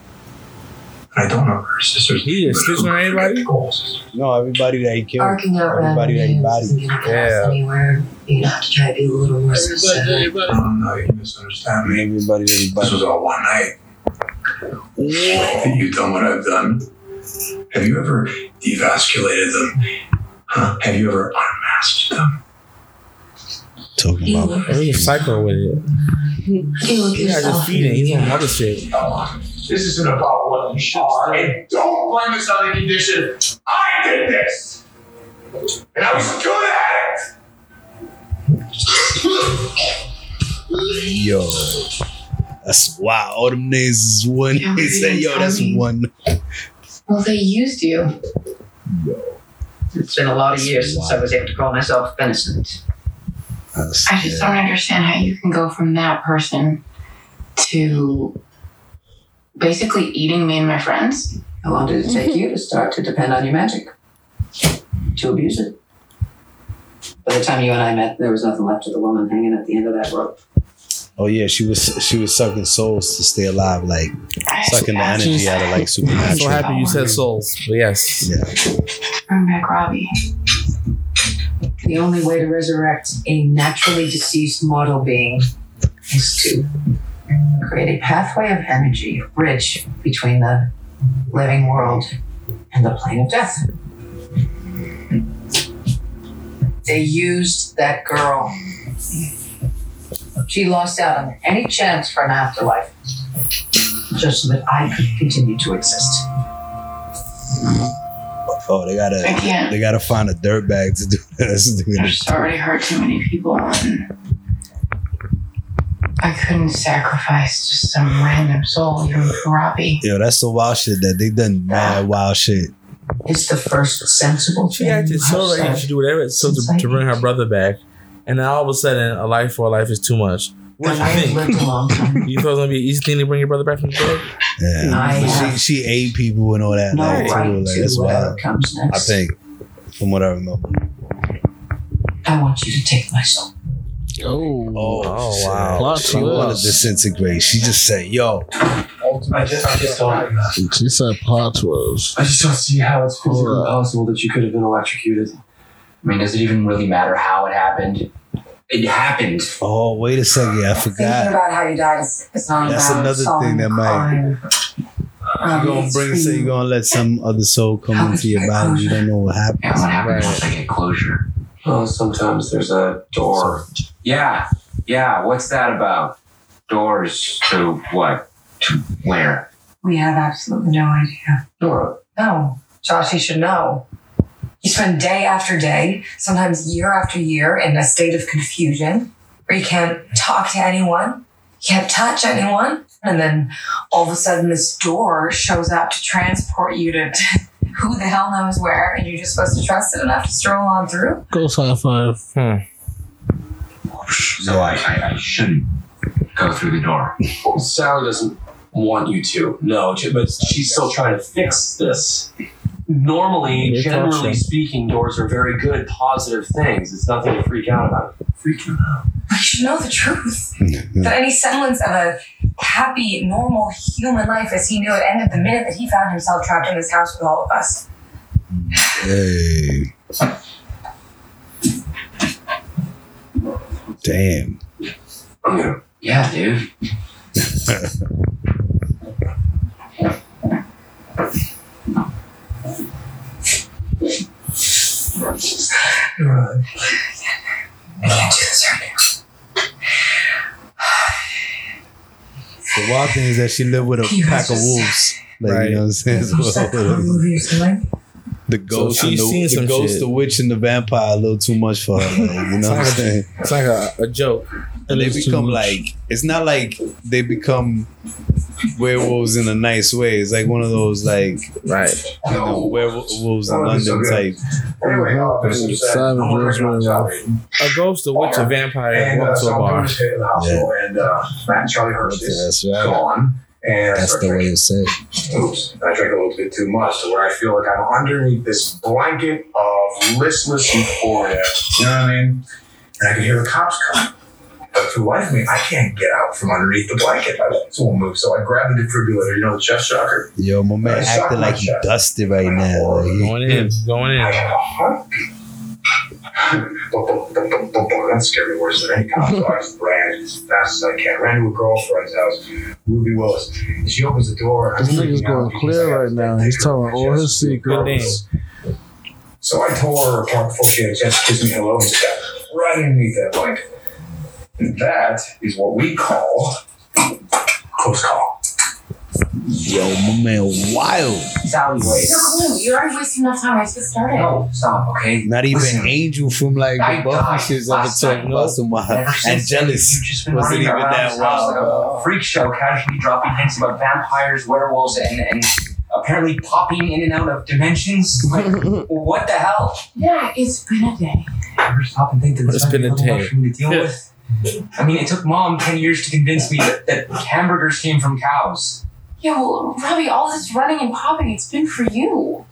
S8: I don't know her sisters.
S4: He is snitching on anybody?
S8: Cole's sister.
S3: No, everybody that he killed.
S6: Barking out random
S3: Everybody,
S6: names
S3: everybody.
S6: isn't gonna get us
S4: Yeah.
S6: anywhere. You're gonna have to try to be a little more specific.
S8: No, no, you misunderstand me.
S3: Everybody,
S8: Um, This
S3: everybody.
S8: was all one night. Have you done what I've done? Have you ever devasculated them? Huh? Have you ever unmasked them?
S3: Talking
S6: You
S3: about
S6: look,
S4: He's a psycho with it.
S6: you look
S4: He's not just
S6: yourself.
S4: feeding. He's on other shit.
S8: No. This isn't about what you are. And don't blame us on the condition. I did this! And I was good at it!
S3: Yo. That's wow. All them names is one.
S6: Yeah,
S3: He said, yo, that's
S6: yeah.
S3: one.
S6: Well, they used you.
S12: It's been a lot of years since I was able to call myself innocent.
S3: That's-
S6: I just don't understand how you can go from that person to basically eating me and my friends.
S14: How long did it take you to start to depend on your magic? To abuse it? By the time you and I met, there was nothing left of the woman hanging at the end of that rope.
S3: Oh yeah, she was she was sucking souls to stay alive, like sucking the energy out of like
S4: I'm so
S3: supernatural.
S4: happy you said souls. But yes.
S3: Yeah.
S6: Bring back Robbie.
S14: The only way to resurrect a naturally deceased mortal being is to
S6: Create a pathway of energy, bridge between the living world and the plane of death.
S14: They used that girl.
S6: She lost out on any chance for an afterlife.
S14: just so that I could continue to exist.
S3: Oh, they gotta
S6: I can't.
S3: they gotta find a dirtbag to do this. to do
S6: I've
S3: this.
S6: just already hurt too many people. And I couldn't sacrifice just some random soul, even for Robbie.
S3: Yo, that's the wild shit that they done mad wild shit.
S14: It's the first sensible
S4: She
S14: thing.
S4: acted so
S14: I've
S4: like you
S14: said.
S4: should do whatever it's so to, to bring her brother back. And then all of a sudden, a life for a life is too much. What
S14: And
S4: do
S14: I
S4: you
S14: have
S4: think?
S14: lived a long time.
S4: You thought it was gonna be an easy thing to bring your brother back from the dead?
S3: Yeah.
S14: I
S3: She
S14: have-
S3: she ate people and all that.
S14: No
S3: like, too,
S14: right
S3: like,
S14: to
S3: that's
S14: whatever
S3: wild.
S14: comes
S3: I
S14: next.
S3: think, from what I remember.
S14: I want you to take my soul.
S3: Oh,
S4: Oh,
S3: shit.
S4: wow.
S15: Plot
S3: She wanted
S15: twist.
S3: to disintegrate. She just said, "Yo,
S8: I just, I just don't,
S2: She said plot twist.
S8: I just don't see how it's physically possible that you could have been electrocuted.
S1: I mean, does it even really matter how it happened? It happened.
S3: oh, wait a second, I
S6: Thinking
S3: forgot."
S6: about how you died is, is not
S3: That's
S6: about
S3: another
S6: solving
S3: thing that might-
S6: crime.
S3: You're
S6: Um,
S3: gonna
S6: it's
S3: bring
S6: for
S3: say
S6: you.
S3: you're gonna let some other soul come into your body. You don't know what happened.
S1: And what happened
S4: Right.
S1: once I get closure?
S8: Well, Oh, sometimes there's a door.
S1: Yeah, yeah. What's that about? Doors to what? To where?
S6: We have absolutely no idea.
S1: Dora.
S6: No, Oh, Josh, you should know. You spend day after day, sometimes year after year, in a state of confusion where you can't talk to anyone, you can't touch anyone, and then all of a sudden this door shows up to transport you to who the hell knows where, and you're just supposed to trust it enough to stroll on through.
S15: Ghost high five.
S4: Hmm.
S1: So I, I, I shouldn't go through the door.
S8: Sally doesn't want you to. No, j- but she's still trying to fix this. Normally,
S4: You're
S8: generally
S4: touching.
S8: speaking, doors are very good, positive things. It's nothing to freak out about. Freak you out.
S6: You should know the truth. that any semblance of a happy, normal human life as he knew it ended the minute that he found himself trapped in this house with all of us.
S3: Hey. Damn.
S8: I'm gonna
S1: Yeah, dude.
S6: I can't do this right now.
S3: The wild thing is that she lived with a
S6: You
S3: pack of
S6: just-
S3: wolves. Like
S4: Right.
S3: you know what I'm saying? So,
S6: Watch that horror movie or something.
S3: the ghost,
S4: So
S3: and
S4: she's seen
S3: the, the
S4: some
S3: ghost,
S4: shit.
S3: the witch, and the vampire a little too much for her. like, you know what I'm saying?
S4: It's like a, a joke.
S3: And they
S15: It is too
S3: become
S15: much.
S3: like it's not like they become werewolves in a nice way. It's like one of those like you
S4: Right.
S3: know, werewolves in
S8: Oh, that'd be
S3: London
S8: so good.
S3: type.
S8: Anyway, uh, this is uh,
S2: Simon
S8: I'm working on
S2: Brisbane.
S8: Sally.
S4: A ghost, a witch, a vampire,
S8: And uh,
S4: walk to
S8: so
S4: a
S8: I'm going
S4: bar.
S8: to the hospital, and uh, Matt and Charlie Hurst is
S3: That's right.
S8: gone. And I
S3: That's
S8: start
S3: the way
S8: drinking.
S3: it's said.
S8: Oops, I drank a little bit too much to where I feel like I'm underneath this blanket of listless euphoria. You know what I mean? And I can hear the cops coming. But for the life of me, I can't get out from underneath the blanket. My legs won't move. So I grab the defibrillator, you know, the chest shocker.
S3: Yo, my man
S8: It's not
S3: acting like he
S8: much.
S3: dusted right now. Like, he-
S4: Going in, going
S8: I
S4: in.
S8: got a heartbeat. Bum, bum, bum, bum, bum, bum. that scared me worse than any cop. So I just ran as fast as I can. Ran to a girlfriend's house, Ruby Willis. And she opens the door.
S2: This nigga's going clear right now. He's telling all his
S4: Good name.
S2: secrets.
S8: So I tore her apart before she had a chance to kiss me hello and stuff. Right underneath that blanket. And that is what we call close call.
S3: Yo, my man, wild.
S14: Sally, wait.
S16: No, no, you're already wasting enough time. I just started.
S14: No, stop, okay?
S3: Not even
S14: Listen,
S3: Angel from like
S14: I
S3: above and
S14: died
S3: shit's ever
S14: last
S3: talking
S14: night.
S3: about some wild.
S14: Ever since
S3: And jealous.
S14: You've just been
S3: Wasn't
S14: running
S3: even
S14: around
S3: that
S14: this house like a freak show, casually dropping hints about vampires, werewolves, and, and apparently popping in and out of dimensions. Like, what the hell?
S16: Yeah, it's been a day.
S12: ever stop and think that
S4: What a
S12: this might be
S4: spin
S12: a
S4: and
S12: little much
S4: tape.
S12: for me to deal with? I mean, it took mom 10 years to convince me that, that hamburgers came from cows.
S6: Yeah, well, Robbie, all this running and popping, it's been for you.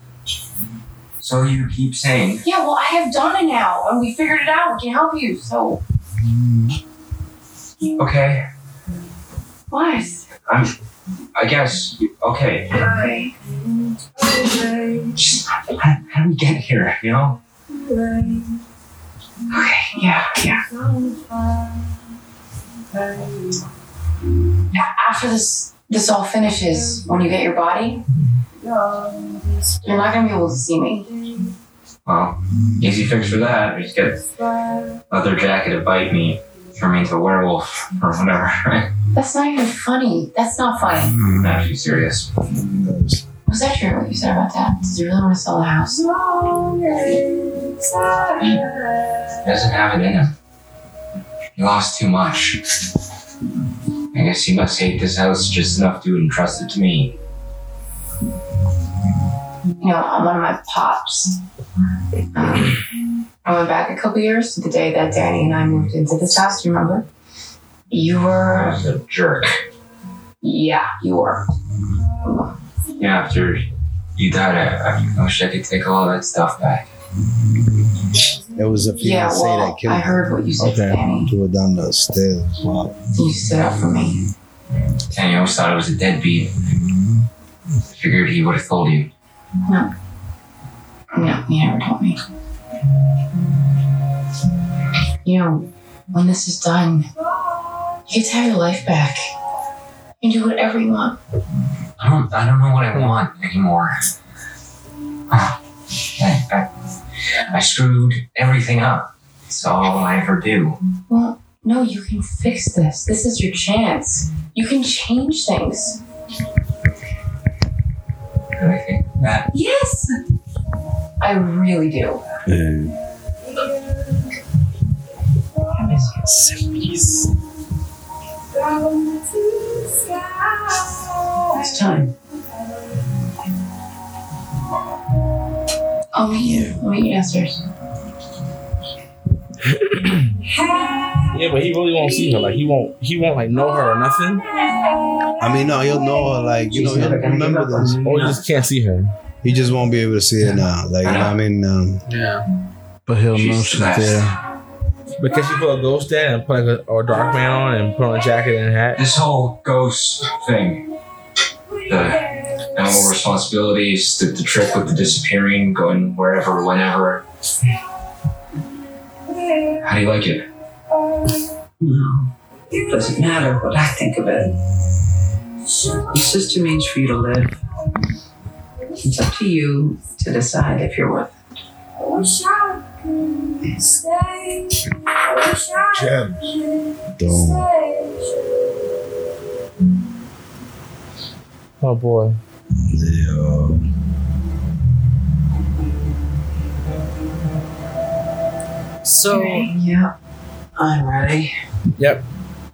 S12: So you keep saying.
S6: Yeah, well, I have Donna now, and we figured it out. We can help you, so.
S12: Okay,
S6: What?
S12: I'm. I guess. Okay. Just, how, how do we get here? You know. Okay. Yeah. Yeah.
S6: A- After this, this all finishes, when you get your body, you're not gonna be able to see me.
S8: Well, easy fix for that. Just get leather jacket to bite me, turn me into a werewolf or whatever. Right?
S6: That's not even funny. That's not funny.
S8: I'm not actually serious.
S6: Was that true? What you said about that? Did you really want to sell the house?
S8: He doesn't have it in him. He lost too much. I guess he must hate this house just enough to entrust it to me.
S6: you know, on one of my pops. Um, I went back a couple years to the day that Danny and I moved into this house. Do you remember? You
S8: I
S6: were,
S8: was a jerk.
S6: yeah, you were.
S8: Yeah, after you died, I, I wish I could take all that stuff back.
S3: It was a
S6: Yeah,
S3: fiance
S6: well,
S3: that killed
S6: I heard what you said, Danny.
S3: You were down the stairs. Wow.
S6: You stood up for me.
S8: Danny always thought I was a deadbeat. Figured he would have told you.
S6: No, no, you never told me. You know, when this is done, you get to have your life back. You can do whatever you want.
S8: I don't, I don't know what I want anymore. I, I, I screwed everything up. It's all I ever do.
S6: Well, no, you can fix this. This is your chance. You can change things.
S8: Really think that.
S6: Yes! I really do. I miss you. It's time. I'll meet you. I'll meet you downstairs.
S4: Yeah, but he really won't see her. Like he won't. He won't like know her or nothing.
S3: I mean, no, you'll know her. Like, you know, you'll remember this.
S4: Or you just can't see her.
S3: You just won't be able to see it now. Like, you know what I mean? Um,
S1: Yeah.
S2: But he'll
S4: know she's
S2: there.
S4: Because she put a ghost dad and put like a, or a dark man on and put on a jacket and a hat.
S8: This whole ghost thing, the animal responsibilities, the, the trick with the disappearing, going wherever, whenever. How do you like it?
S12: No. It doesn't matter what I think of it. Your sister means for you to live. It's up to you to decide if you're worth
S4: Oh boy.
S1: So
S12: yeah, I'm ready.
S4: Yep.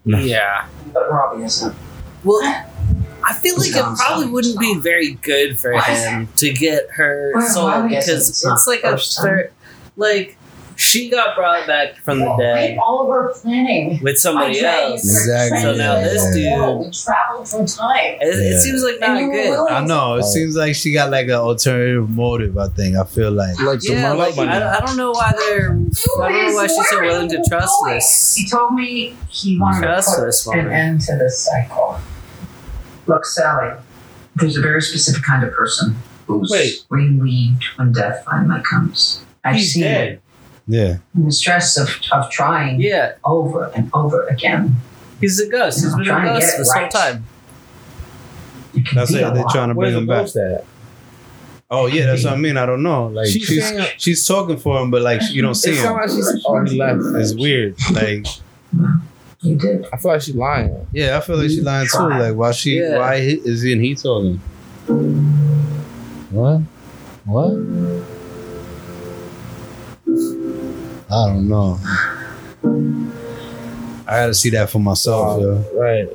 S1: Yeah.
S12: But Robbie isn't.
S1: Well, I feel like it probably wouldn't be very good for him to get her
S12: Where
S1: soul
S12: are we?
S1: because
S12: It's not
S1: it's like a
S12: first time.
S1: third, like she got brought back from the
S6: Wait,
S1: dead
S6: all of our planning.
S1: with somebody
S6: Our dreams,
S1: else.
S3: Exactly.
S1: So now this dude,
S6: our-
S1: it,
S6: We traveled through time.
S1: it
S3: Yeah.
S1: seems like
S6: And
S1: not
S6: you were
S1: good.
S6: willing
S3: I know. Oh, It seems like she got like an alternative motive. I think. I feel like.
S2: Like the
S1: Yeah,
S2: money.
S1: like, I, I don't know why they're. I don't know why she's so willing to trust this.
S17: He told me he wanted
S1: Trust
S17: to
S1: this
S17: put an
S1: woman.
S17: end to this cycle. Look, Sally, there's a very specific kind of person who's
S4: Wait.
S17: relieved when death finally comes. I've
S4: He's
S17: seen
S4: dead.
S17: it.
S3: Yeah.
S17: And the stress of, of trying
S1: Yeah,
S17: over and over again.
S1: he's a ghost. He's
S17: I'm
S1: been a
S17: trying to
S1: ghost
S17: get it
S1: this whole
S17: right.
S1: time.
S17: It can
S3: That's
S17: be
S3: it.
S17: a
S3: They're
S17: lot.
S3: trying to
S4: Where's
S3: bring
S4: the
S3: him back.
S4: ghost at?
S3: Oh yeah, that's what I mean. I don't know. Like
S4: She's
S3: she's she's,
S4: saying-
S3: talking for him, but like you don't see
S4: It sounds
S3: him.
S4: like she's already left.
S3: It's weird. Like
S17: You did.
S4: I feel like she's lying.
S3: yeah, I feel like she's lying too. Like why she
S1: Yeah.
S3: why he, is he and he talking?
S2: What? What?
S3: I don't know. I gotta see that for myself. yo.
S4: Right.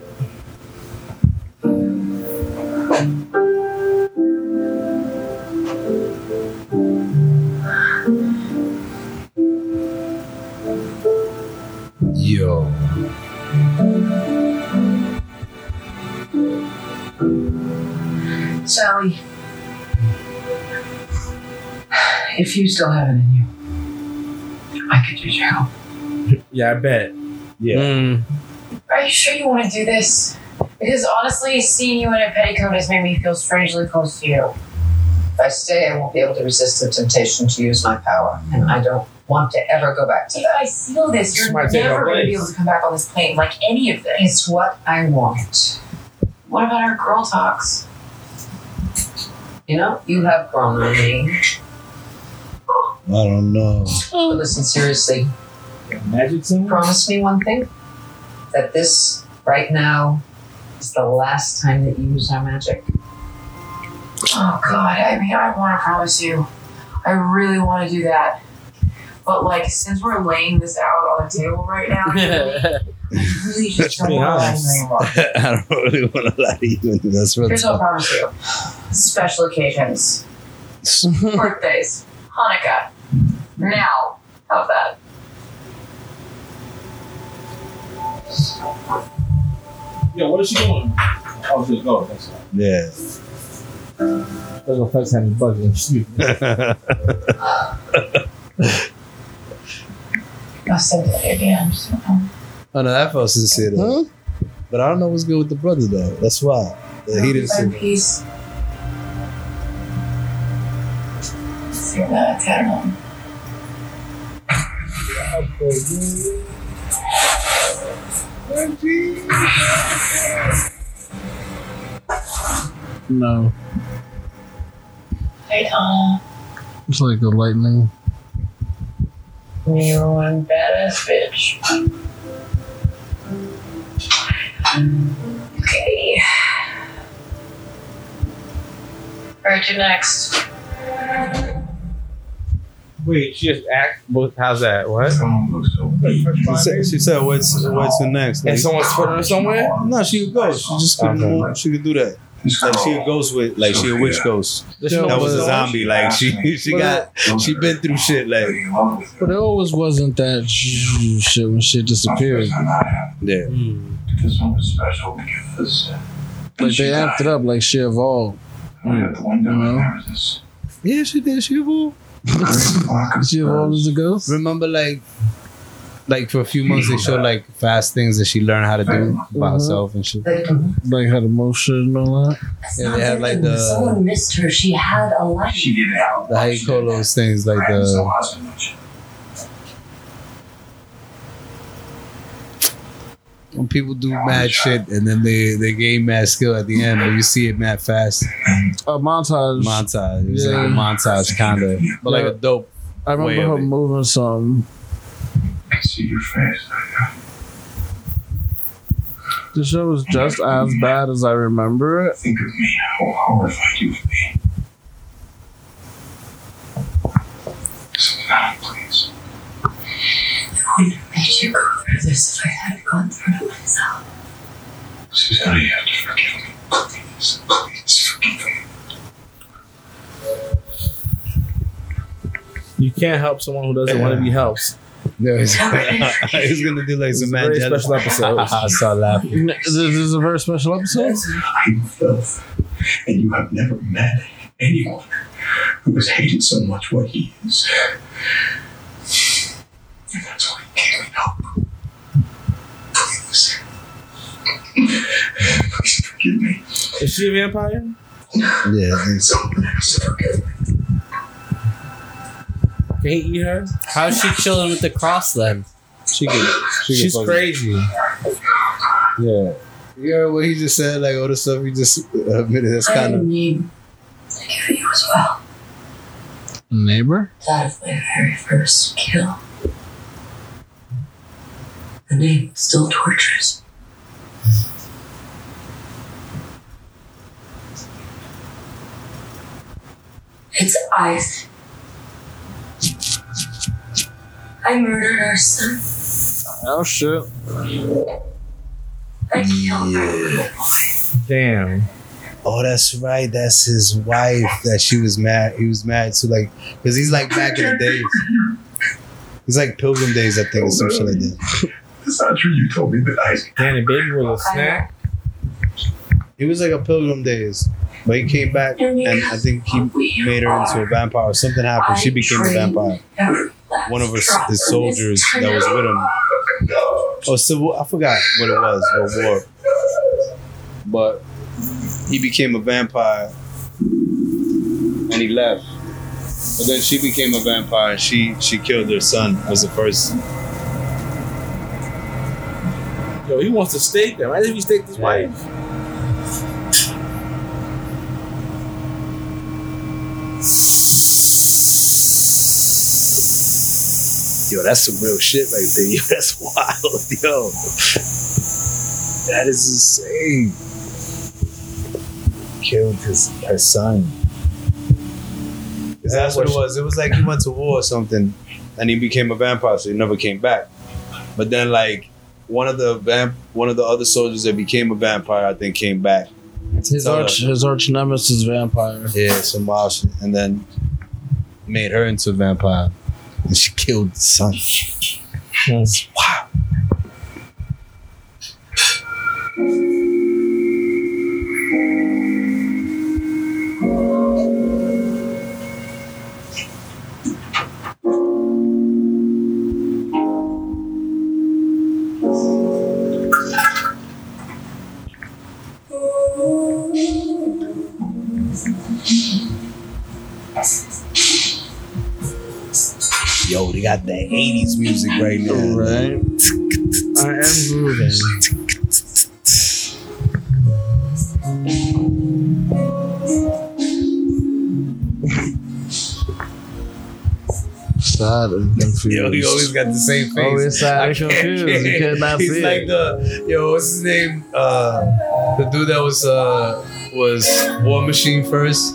S18: Sally,
S19: If you still have it in you, I could use your help.
S4: Yeah, I bet.
S20: Yeah.
S21: Are you sure you want to do this?
S6: Because honestly, seeing you in a petticoat has made me feel strangely close to you.
S18: if I stay, I won't be able to resist the temptation to use my power, and I don't want to ever go back to
S6: If
S18: that.
S6: I seal this,
S4: This
S6: you're
S4: might
S6: never
S4: take our
S6: going to be
S4: place.
S6: able to come back on this plane, like any of this.
S18: It's what I want.
S21: What about our girl talks?
S18: You know, you have grown on me.
S3: I don't know.
S18: But listen seriously.
S20: Magic song?
S18: Promise me one thing: that this right now is the last time that you use our magic.
S6: Oh God, I mean, I want to promise you, I really want to do that. But like, since we're laying this out on the table right now, I
S1: Hmm.
S6: really just don't
S20: Be
S6: want to
S20: honest.
S6: anymore.
S3: I don't really want to lie to you. That's real
S6: Here's what I
S3: tough.
S6: promise you: special occasions,
S1: Hmm.
S6: birthdays, Hanukkah. Now, how's that?
S22: Yeah, what is she doing? Oh, just go. That's all.
S3: Yeah.
S22: That's what first time bugging. Excuse me.
S6: I'll send it again. So.
S3: Oh no, that felt sincere though. But I don't know what's good with the brother though. That's why. Uh, he didn't
S6: Find
S3: say
S6: peace. See that eternal.
S2: No.
S6: Right on.
S2: It's like the lightning.
S6: You were one badass bitch. Okay. Alright, you're next.
S20: Wait, she just act. what- How's that? What?
S3: she said, she said what's what's the next?
S4: And
S3: Like,
S4: someone's put her somewhere?
S3: no, she could go. She just couldn't
S4: Okay.
S3: move. She could do that. Like she a ghost with like she a witch ghost. That was a zombie. Like she she got she been through shit like
S2: But it always wasn't that sh- shit when shit disappeared.
S3: yeah.
S8: This one was special because
S2: Like they acted up like she evolved.
S8: we got the window and there was this
S3: Yeah, she did. She evolved.
S8: great block of
S2: She evolved as a ghost.
S3: Remember like like for a few months they showed like fast things that she learned how to do by
S4: Mm-hmm.
S3: herself and shit.
S2: Like had emotion and all that.
S3: Yeah, Mm-hmm. they had like the
S6: Someone missed her. She had a life.
S8: She didn't have
S3: the how you call those things like
S8: friends so
S3: the
S8: wasn't much.
S3: when people do mad shit and then they they gain mad skill at the end, but you see it mad fast.
S2: A montage.
S3: Montage. It was like a
S2: Yeah.
S3: montage kinda. But like a dope
S2: I
S3: way
S2: remember
S3: of
S2: her
S3: it.
S2: moving something.
S8: I see your face.
S2: The show was just as bad as I remember it.
S8: Think of me. How horrified you would be. Stop, please.
S6: wouldn't have made you go through this if I had gone through it myself.
S8: Susanna, you have to forgive me. Please, please forgive me.
S4: You can't help someone who doesn't want to be helped.
S3: No, he's, he's gonna do like
S4: It's a
S3: some mad
S4: very special episode.
S3: I saw laughing.
S2: N- This is a very special episode.
S8: I'm filth, and you have never met anyone who has hated so much what he is. And that's why he gave me hope. Please. Please forgive me.
S4: Is she a vampire?
S3: Yeah, it's-
S8: Someone has to forgive me.
S4: Can he eat her?
S1: How's she chilling with the cross then?
S3: she could. She could
S4: She's
S3: fuck-
S4: crazy.
S3: Yeah. You heard what he just said? Like all the stuff he just uh, admitted. That's
S6: I
S3: kind of
S6: need to kill you as well.
S2: Neighbor?
S6: That is my very first kill. The name still tortures. It's Ice. I murdered her son.
S2: Oh shit.
S6: I killed her.
S4: Damn.
S3: oh, that's right. That's his wife. That she was mad. He was mad to like because he's like back in the days. He's like Pilgrim Days, I think, or some shit like that.
S8: It's not true you told me that I
S4: Danny Baby with a
S6: I
S4: snack.
S3: He was like a pilgrim days, but he came back, and I think he made her into a vampire. Something happened. She became a vampire. One of his, his soldiers that was with him. Oh, civil. I forgot what it was. What war? But he became a vampire, and he left. But then she became a vampire. and She she killed her son. Was the first.
S4: Yo, he wants to stake them. Imagine if he staked his wife.
S3: Yo, that's some real shit right there. Yo, that's wild. Yo, that is insane. Killed his her son. That's what it was. It was like he went to war or something, and he became a vampire, so he never came back. But then, like one of the vamp, one of the other soldiers that became a vampire, I think, came back.
S2: His arch, his arch nemesis, vampire.
S3: Yeah, some wild shit. And then made her into a vampire. And she killed the son. That's wow. Yo, they got the 80s music right now. Right. I am grooving.
S2: Sad and confused.
S3: Yo, he always got the same face.
S2: Always sad and
S3: I can't-
S2: confused. You could not
S3: He's
S2: see
S3: like
S2: it.
S3: the yo, what's his name? Uh, the dude that was uh was War Machine first.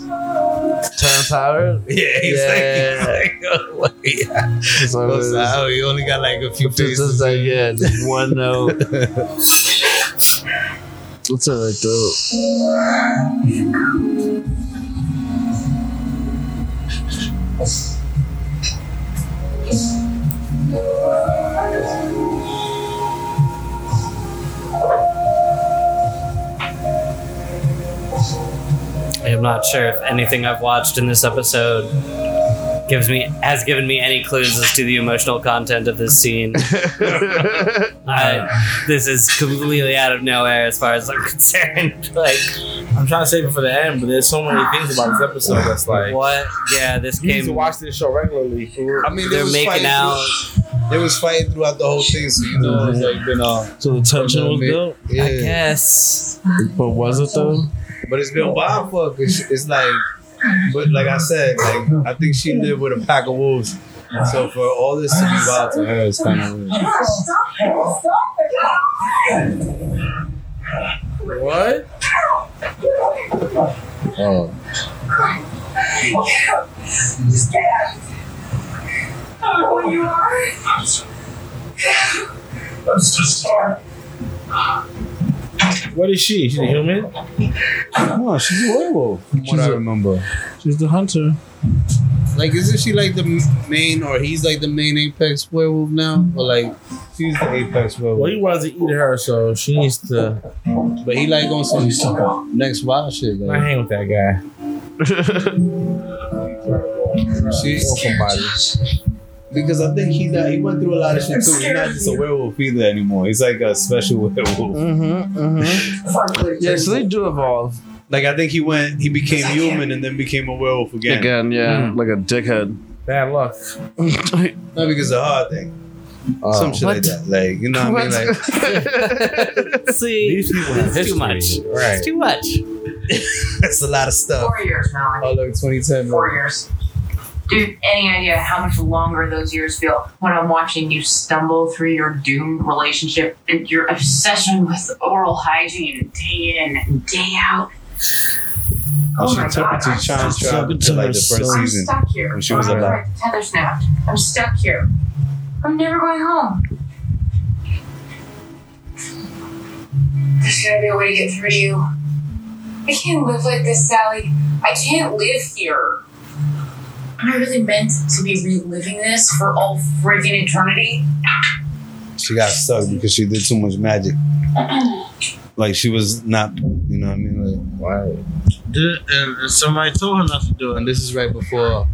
S2: Turn power.
S3: Yeah, he's
S2: Yeah.
S3: like, he's like, oh, yeah.
S2: It's always-
S3: Goes out, he only got like a few
S2: This
S3: faces.
S2: is like yeah, just one uh, note. What's it like though?
S1: I'm not sure if anything I've watched in this episode gives me has given me any clues as to the emotional content of this scene. I, this is completely out of nowhere as far as I'm concerned. Like
S4: I'm trying to save it for the end, but there's so
S23: Ah.
S4: many things about this episode that's like
S1: what? Yeah, this
S4: You need
S1: came.
S4: to watch this show regularly. For
S3: I mean, they was fighting They was fighting throughout the whole thing, so you know it's like been uh
S2: So the tension was built.
S3: Yeah.
S1: I guess.
S2: But was it though?
S3: But it's been wild fuck. It's, it's like, but like I said, like I think she lived with a pack of wolves. So for all this to be wild to her, it's kind of weird.
S23: Stop it! Stop it!
S4: What?
S3: Oh.
S23: Just get out. I don't know what you are. I'm sorry. I'm so sorry.
S4: What is she? She's a human?
S3: No, she's a werewolf. From what I remember.
S2: She's the hunter.
S3: Like, isn't she like the m- main, or he's like the main apex werewolf now, or like she's the apex werewolf?
S4: Well, he wants to eat her, so she needs to.
S3: But he like on some next wild shit.
S4: I
S3: Like,
S4: hang with that guy.
S3: she, because I think he died, he went through a lot of shit too. He's not just a werewolf either anymore. He's like a special werewolf.
S2: Mm-hmm. Mm-hmm. Yeah, so they do evolve.
S3: Like I think he went, he became human and then became a werewolf again.
S2: Again, yeah, like a dickhead.
S4: Bad luck.
S3: Not because of hard thing.
S2: Oh.
S3: Some shit like that. Like you know what I mean? Like
S1: See,
S4: These people have
S1: it's too much.
S4: history. Right.
S1: It's too much.
S3: that's a lot of stuff.
S6: Four years now.
S3: Oh look, 2010.
S6: Four years. Dude, any idea how much longer those years feel when I'm watching you stumble through your doomed relationship and your obsession with oral hygiene day in and day out?
S3: Oh,
S6: Oh
S3: she
S6: my
S3: took
S6: God,
S3: it to
S6: I'm
S3: China
S6: so
S3: Trap to like the first
S6: I'm
S3: season
S6: stuck here.
S3: when she was
S6: I'm
S3: alive.
S6: sorry, Tether snapped. I'm stuck here. I'm never going home.
S24: There's gotta be a way to get through to you. I can't live like this, Sally.
S6: I can't live here. Am I really meant to be reliving this for all freaking eternity?
S3: She got stuck because she did too much magic.
S25: Like she was not, you know what I mean? Like, wow.
S2: Did, and and somebody told her not to do it. And
S26: this is right before.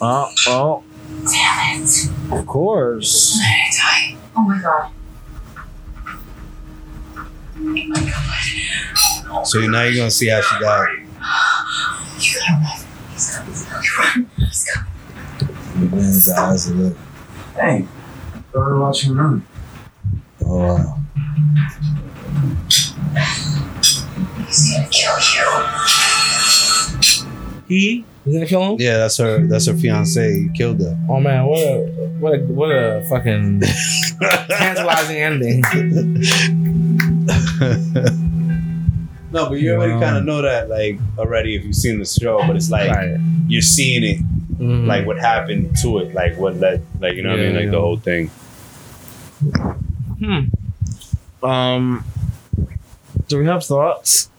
S2: Oh, oh.
S6: Damn it.
S2: Of course.
S6: I die. Oh my god. Oh
S25: So now you're gonna see how she died.
S6: You gotta run. He's coming. You run. He's coming.
S25: The man's eyes are lit.
S27: Hey, we were watching a movie.
S25: Oh wow.
S6: He's gonna kill you.
S2: He?
S4: You gonna kill him?
S25: Yeah, that's her. That's her fiance. He killed her.
S4: Oh man, what a what a what a fucking tantalizing ending.
S25: No, but you already
S4: Wow.
S25: kind of know that, like already if you've seen the show. But it's like
S4: Right. Mm-hmm.
S25: you're seeing it, like what happened to it, like what led, like you know what I
S2: Yeah,
S25: mean, like
S2: yeah.
S25: the whole thing.
S2: Um, do we have thoughts?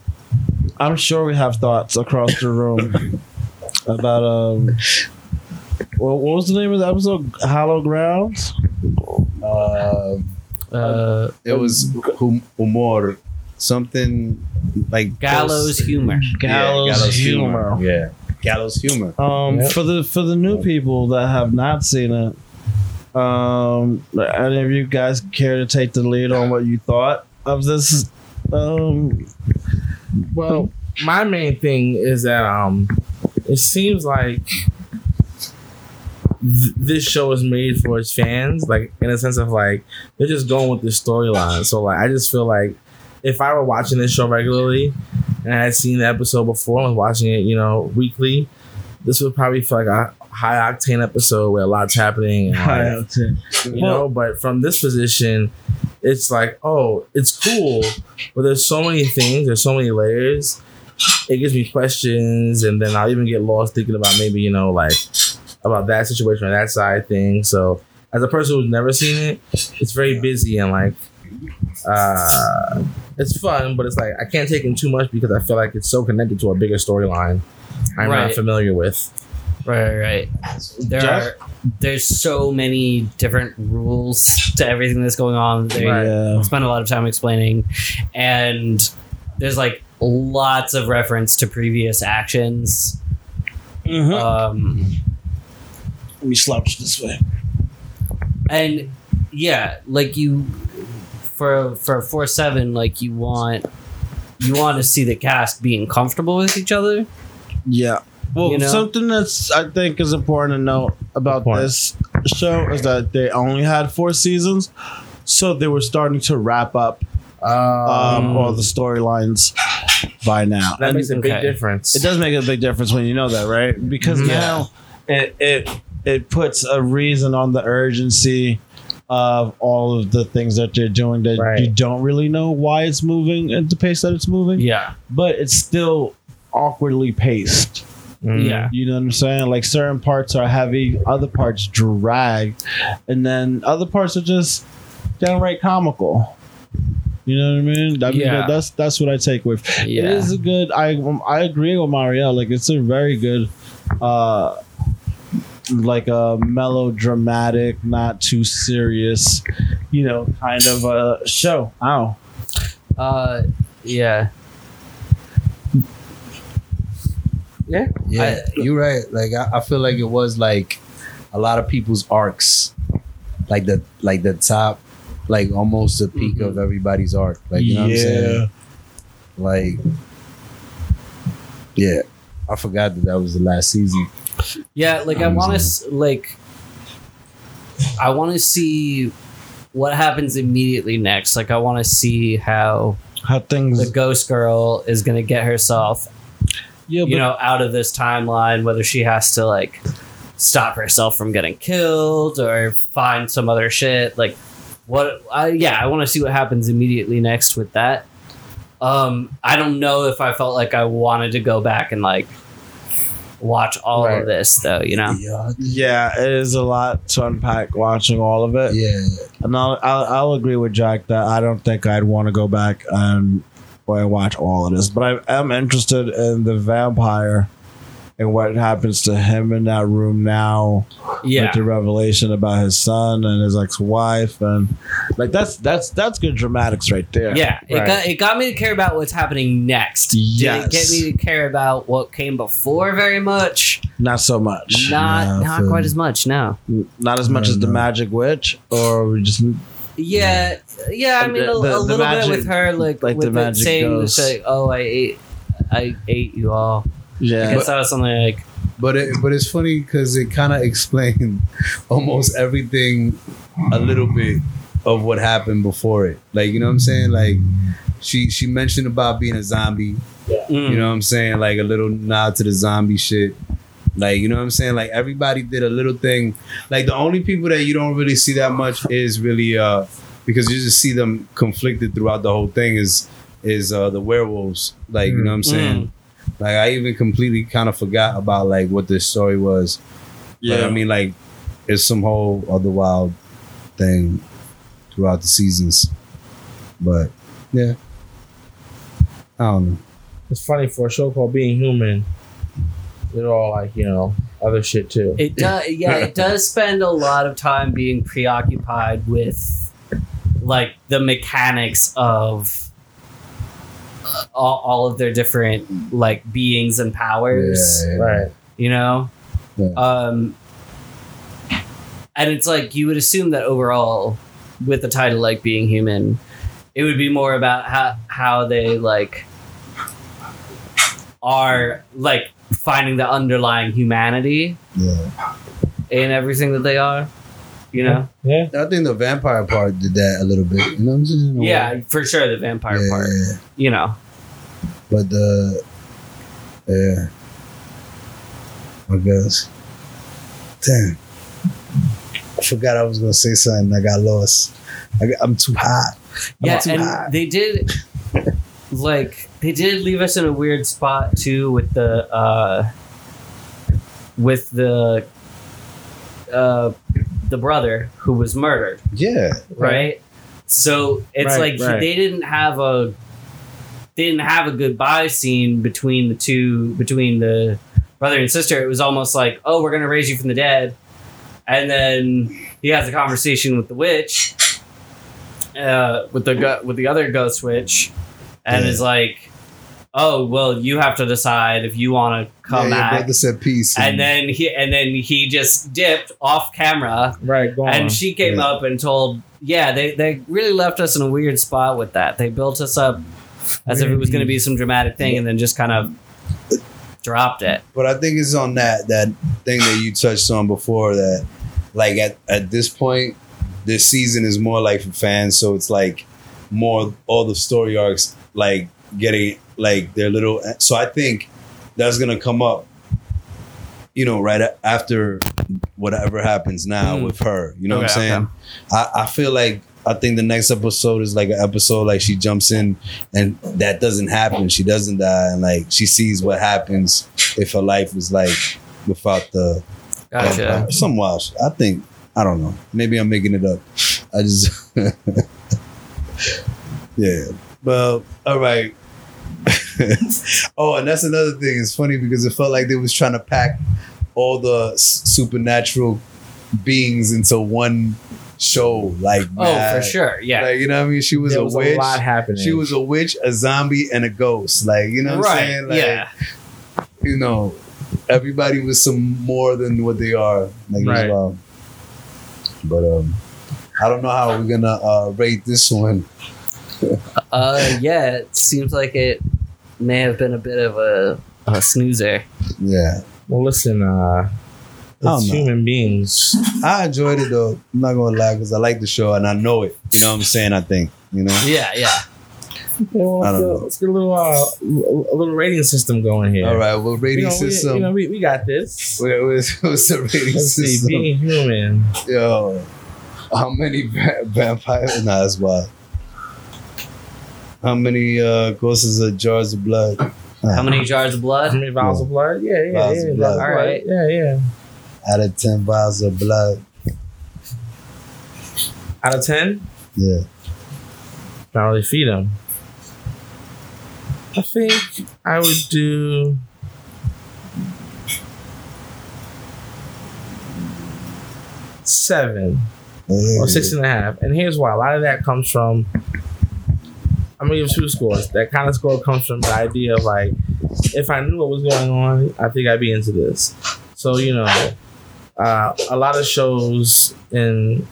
S2: I'm sure we have thoughts across the room about um. Well, what was the name of the episode? Hollow Grounds.
S25: Uh,
S1: uh,
S25: it was hum- humor, something like
S1: Gallows humor.
S25: Yeah,
S2: Gallows humor.
S25: Yeah, gallows humor.
S2: Um,
S25: Yep.
S2: for the for the new people that have not seen it, um, any of you guys care to take the lead on what you thought of this? Um,
S4: Well, my main thing is that um, it seems like th- this show is made for its fans, like in a sense of like they're just going with the storyline. So like I just feel like if I were watching this show regularly and I had seen the episode before and was watching it, you know, weekly, this would probably feel like a high octane episode where a lot's happening. And, like, you know but from this position it's like oh it's cool but there's so many things there's so many layers it gives me questions and then i'll even get lost thinking about maybe you know like about that situation or that side thing so as a person who's never seen it it's very busy and like uh it's fun but it's like i can't take in too much because i feel like it's so connected to a bigger storyline i'm not
S1: Right.
S4: familiar with
S1: Right, right. There
S4: Jeff?
S1: are there's so many different rules to everything that's going on. that They
S4: Right. Yeah.
S1: spend a lot of time explaining, and there's like lots of reference to previous actions. Um,
S2: Let me slouch this way.
S1: and yeah, like you for for four seven, like you want you want to see the cast being comfortable with each other.
S2: Yeah. Well,
S1: You know?
S2: something that's I think is important to note about this show is that they only had four seasons, so they were starting to wrap up
S4: Oh.
S2: um, all the storylines by now.
S4: That makes a big
S2: okay.
S4: difference.
S2: It does make a big difference when you know that, right? Because
S1: Mm-hmm.
S4: Yeah.
S2: now it it it puts a reason on the urgency of all of the things that they're doing that you don't really know why it's moving at the pace that it's moving.
S1: Yeah.
S2: But it's still awkwardly paced.
S3: Mm-hmm.
S1: Yeah.
S2: You know what I'm saying? Like certain parts are heavy, other parts drag, and then other parts are just downright comical. You know what I mean? I mean
S1: Yeah.
S2: that- that's that's what I take with. It
S1: Yeah.
S2: is a good. I um, I agree with Mario. Like it's a very good, uh, like a melodramatic, not too serious, you know, kind of a show. Ow.
S1: Uh, yeah.
S4: Yeah.
S3: Yeah, you're right. Like I, I feel like it was like a lot of people's arcs, like the like the top, like almost the peak
S4: Mm-hmm.
S3: of everybody's arc. Like you know what I'm saying? Like, yeah, I forgot that that was the last season.
S1: Yeah, like I want to like I want to see what happens immediately next. Like I want to see how
S2: how things
S1: the ghost girl is going to get herself
S2: yeah,
S1: you
S2: but-
S1: know out of this timeline whether she has to like stop herself from getting killed or find some other shit like what I, yeah, I want to see what happens immediately next with that. Um I don't know if I felt like I wanted to go back and like watch all of this though, you know.
S2: Yeah, it is a lot to unpack watching all of it.
S3: Yeah,
S2: and I'll I'll, I'll agree with Jack that I don't think I'd want to go back and or watch all of this, but I am interested in the vampire
S26: and what happens to him in that room now.
S1: Yeah.
S26: with the revelation about his son and his ex-wife, and like that's that's that's good dramatics right there.
S1: Yeah, it
S26: Right.
S1: got it got me to care about what's happening next. Did
S26: Yes.
S1: it get me to care about what came before very much?
S26: not so much.
S1: Not-
S26: Yeah, I
S1: not
S26: feel
S1: quite
S26: you.
S1: as much. No,
S26: not as much as the magic witch, or we just
S1: Yeah, yeah. I mean, a,
S26: The-
S1: a
S26: the
S1: little
S26: magic-
S1: bit with her, like,
S26: like the
S1: with it
S26: magic
S1: saying,
S26: ghost.
S1: it's like, "Oh, I ate, I ate you all."
S26: Yeah.
S1: I guess that was something like.
S3: But it, but it's funny because it kind of explained almost everything a little bit of what happened before it. Like you know what I'm saying? Like she she mentioned about being a zombie.
S25: Mm-hmm.
S3: You know what I'm saying? Like a little nod to the zombie shit. Like you know what I'm saying? Like everybody did a little thing. Like the only people that you don't really see that much is really uh because you just see them conflicted throughout the whole thing is is uh the werewolves. Like you know what I'm saying?
S25: Mm.
S3: Like I even completely kind of forgot about like what this story was. Yeah,
S25: Yeah.
S3: I mean like it's some whole other wild thing throughout the seasons, but yeah, I don't know.
S4: It's funny for a show called Being Human. They're all like you know other shit too.
S1: It does, yeah. It does spend a lot of time being preoccupied with, like, the mechanics of uh, all, all of their different like beings and powers.
S4: Yeah, yeah, yeah. Right.
S1: You know,
S3: Yeah.
S1: um, and it's like you would assume that overall, with the title like being human, it would be more about how how they like are like finding the underlying humanity in everything that they are. You know?
S4: Yeah,
S3: I think the vampire part did that a little bit. You know what I'm saying? In a
S1: Yeah,
S3: way.
S1: for sure the vampire
S3: Yeah,
S1: part.
S3: yeah, yeah.
S1: You know.
S3: but the yeah, I guess. Damn, I forgot I was gonna say something. I got lost. I got, I'm too hot. I'm
S1: Yeah,
S3: too
S1: and
S3: hot.
S1: they did like they did leave us in a weird spot too with the uh with the uh the brother who was murdered.
S3: Yeah.
S1: Right? So it's
S3: Right,
S1: like he-
S3: right.
S1: they didn't have a they didn't have a goodbye scene between the two between the brother and sister. It was almost like, oh, we're gonna raise you from the dead, and then he has a conversation with the witch, uh, with the gu- with the other ghost witch, and is like, oh, well, you have to decide if you want to come
S3: yeah, your
S1: back.
S3: brother said peace.
S1: And then he and then he just dipped off camera.
S4: Right, go
S1: And
S4: on.
S1: she came up and told, yeah, they they really left us in a weird spot with that. They built us up as if it was going to be some dramatic thing, and then just kind of dropped it.
S3: But I think it's on that that thing that you touched on before that like at, at this point, this season is more like for fans, so it's like more all the story arcs like getting like their little so I think that's gonna come up, you know, right a- after whatever happens now with her. You know what
S25: Mm.
S3: I'm
S25: Okay,
S3: saying?
S25: okay.
S3: I, I feel like I think the next episode is like an episode like she jumps in and that doesn't happen. She doesn't die and like she sees what happens if her life was like without the
S1: Gotcha.
S3: uh, some wild shit. I think I don't know. Maybe I'm making it up. I just Yeah. Well, all right. oh, and that's another thing. It's funny because it felt like they was trying to pack all the s- supernatural beings into one show. Like,
S1: Oh, for sure, yeah.
S3: Like, you know what I mean? She was
S1: There
S3: a
S1: was a
S3: witch.
S1: lot happening.
S3: She was a witch, a zombie, and a ghost. Like, you know what
S1: Right,
S3: I'm saying? Like,
S1: yeah.
S3: You know, everybody was some more than what they are. Like,
S25: Right.
S3: as well. But um, I don't know how we're gonna uh, rate this one.
S1: Uh, yeah, it seems like it may have been a bit of a, a snoozer.
S3: Yeah.
S4: Well, listen, uh,
S3: I don't
S4: it's
S3: know.
S4: human beings.
S3: I enjoyed it though. I'm not gonna lie, because I like the show and I know it. You know what I'm saying? I think. You know.
S1: Yeah, yeah.
S4: Well,
S3: I don't
S4: let's, get,
S3: know.
S4: let's get a little uh, a little rating system going here.
S3: All right, well, rating
S4: You know, we-
S3: system.
S4: you know, we, we got this.
S3: Where- where's- what's the rating
S4: Let's see,
S3: system?
S4: being human.
S3: Yo, how many va- vampires? Nah, that's wild. How many uh, courses of jars of blood?
S1: How many jars of blood?
S4: How many vials of blood? Yeah, yeah,
S3: Vials
S4: yeah.
S3: of blood.
S4: All right. Yeah, yeah.
S3: Out of ten vials of blood.
S4: Out of ten,
S3: Yeah.
S4: not really feed them. I think I would do. seven or Oh, six and a half. And here's why: a lot of that comes from. I'm gonna give two scores. That kind of score comes from the idea of like, if I knew what was going on, I think I'd be into this. So you know, uh, a lot of shows in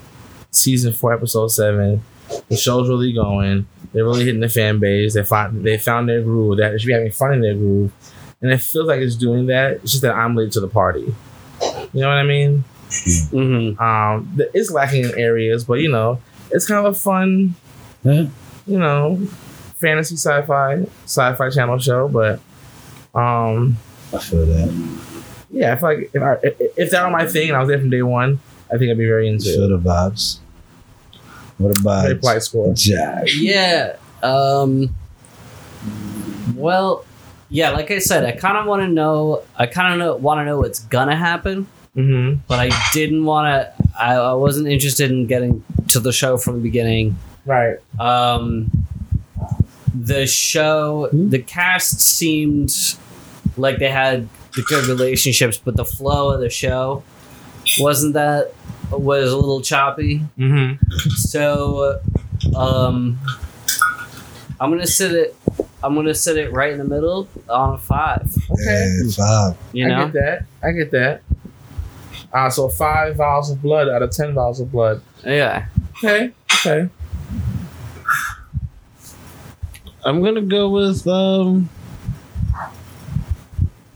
S4: season four, episode seven, the show's really going. They're really hitting the fan base. They find they found their groove. That they should be having fun in their groove, and it feels like it's doing that. It's just that I'm late to the party. You know what I mean? Mm-hmm. Um, th- it's lacking in areas, but you know, it's kind of a fun, you know, fantasy sci-fi sci-fi channel show. But um,
S3: I feel that.
S4: yeah, I feel like if I, if, if that were my thing and I was there from day one, I think I'd be very into
S3: Feel
S4: it.
S3: the vibes. What about
S4: Very polite score.
S3: Jack?
S1: Yeah. Um, well, yeah. Like I said, I kind of want to know. I kind of know, want to know what's gonna happen,
S4: Mm-hmm.
S1: but I didn't want to. I, I wasn't interested in getting to the show from the beginning.
S4: Right.
S1: Um, the show,
S4: Hmm?
S1: the cast seemed like they had the good relationships, but the flow of the show wasn't that was a little choppy.
S4: Mm-hmm.
S1: So, um, I'm gonna sit it. I'm gonna sit it right in the middle on a five.
S4: Okay.
S3: Yeah, five.
S1: You
S4: I
S1: know,
S4: get that. I get that. Uh, so five vials of blood out of ten vials of blood.
S1: yeah.
S4: Okay. Okay.
S2: I'm gonna go with um.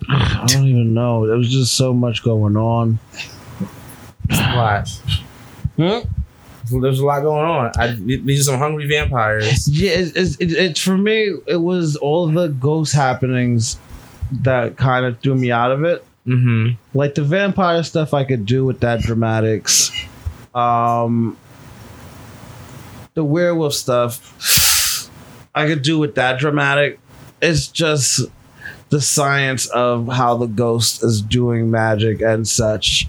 S2: I don't even know. There was just so much going on.
S4: lot.
S2: Huh?
S4: There's a lot going on. I, these are some hungry vampires.
S2: Yeah, it's, it's, it's, it's for me. It was all the ghost happenings that kind of threw me out of it.
S4: Mm-hmm.
S2: Like the vampire stuff, I could do with that dramatics. Um, the werewolf stuff, I could do with that dramatic. It's just the science of how the ghost is doing magic and such.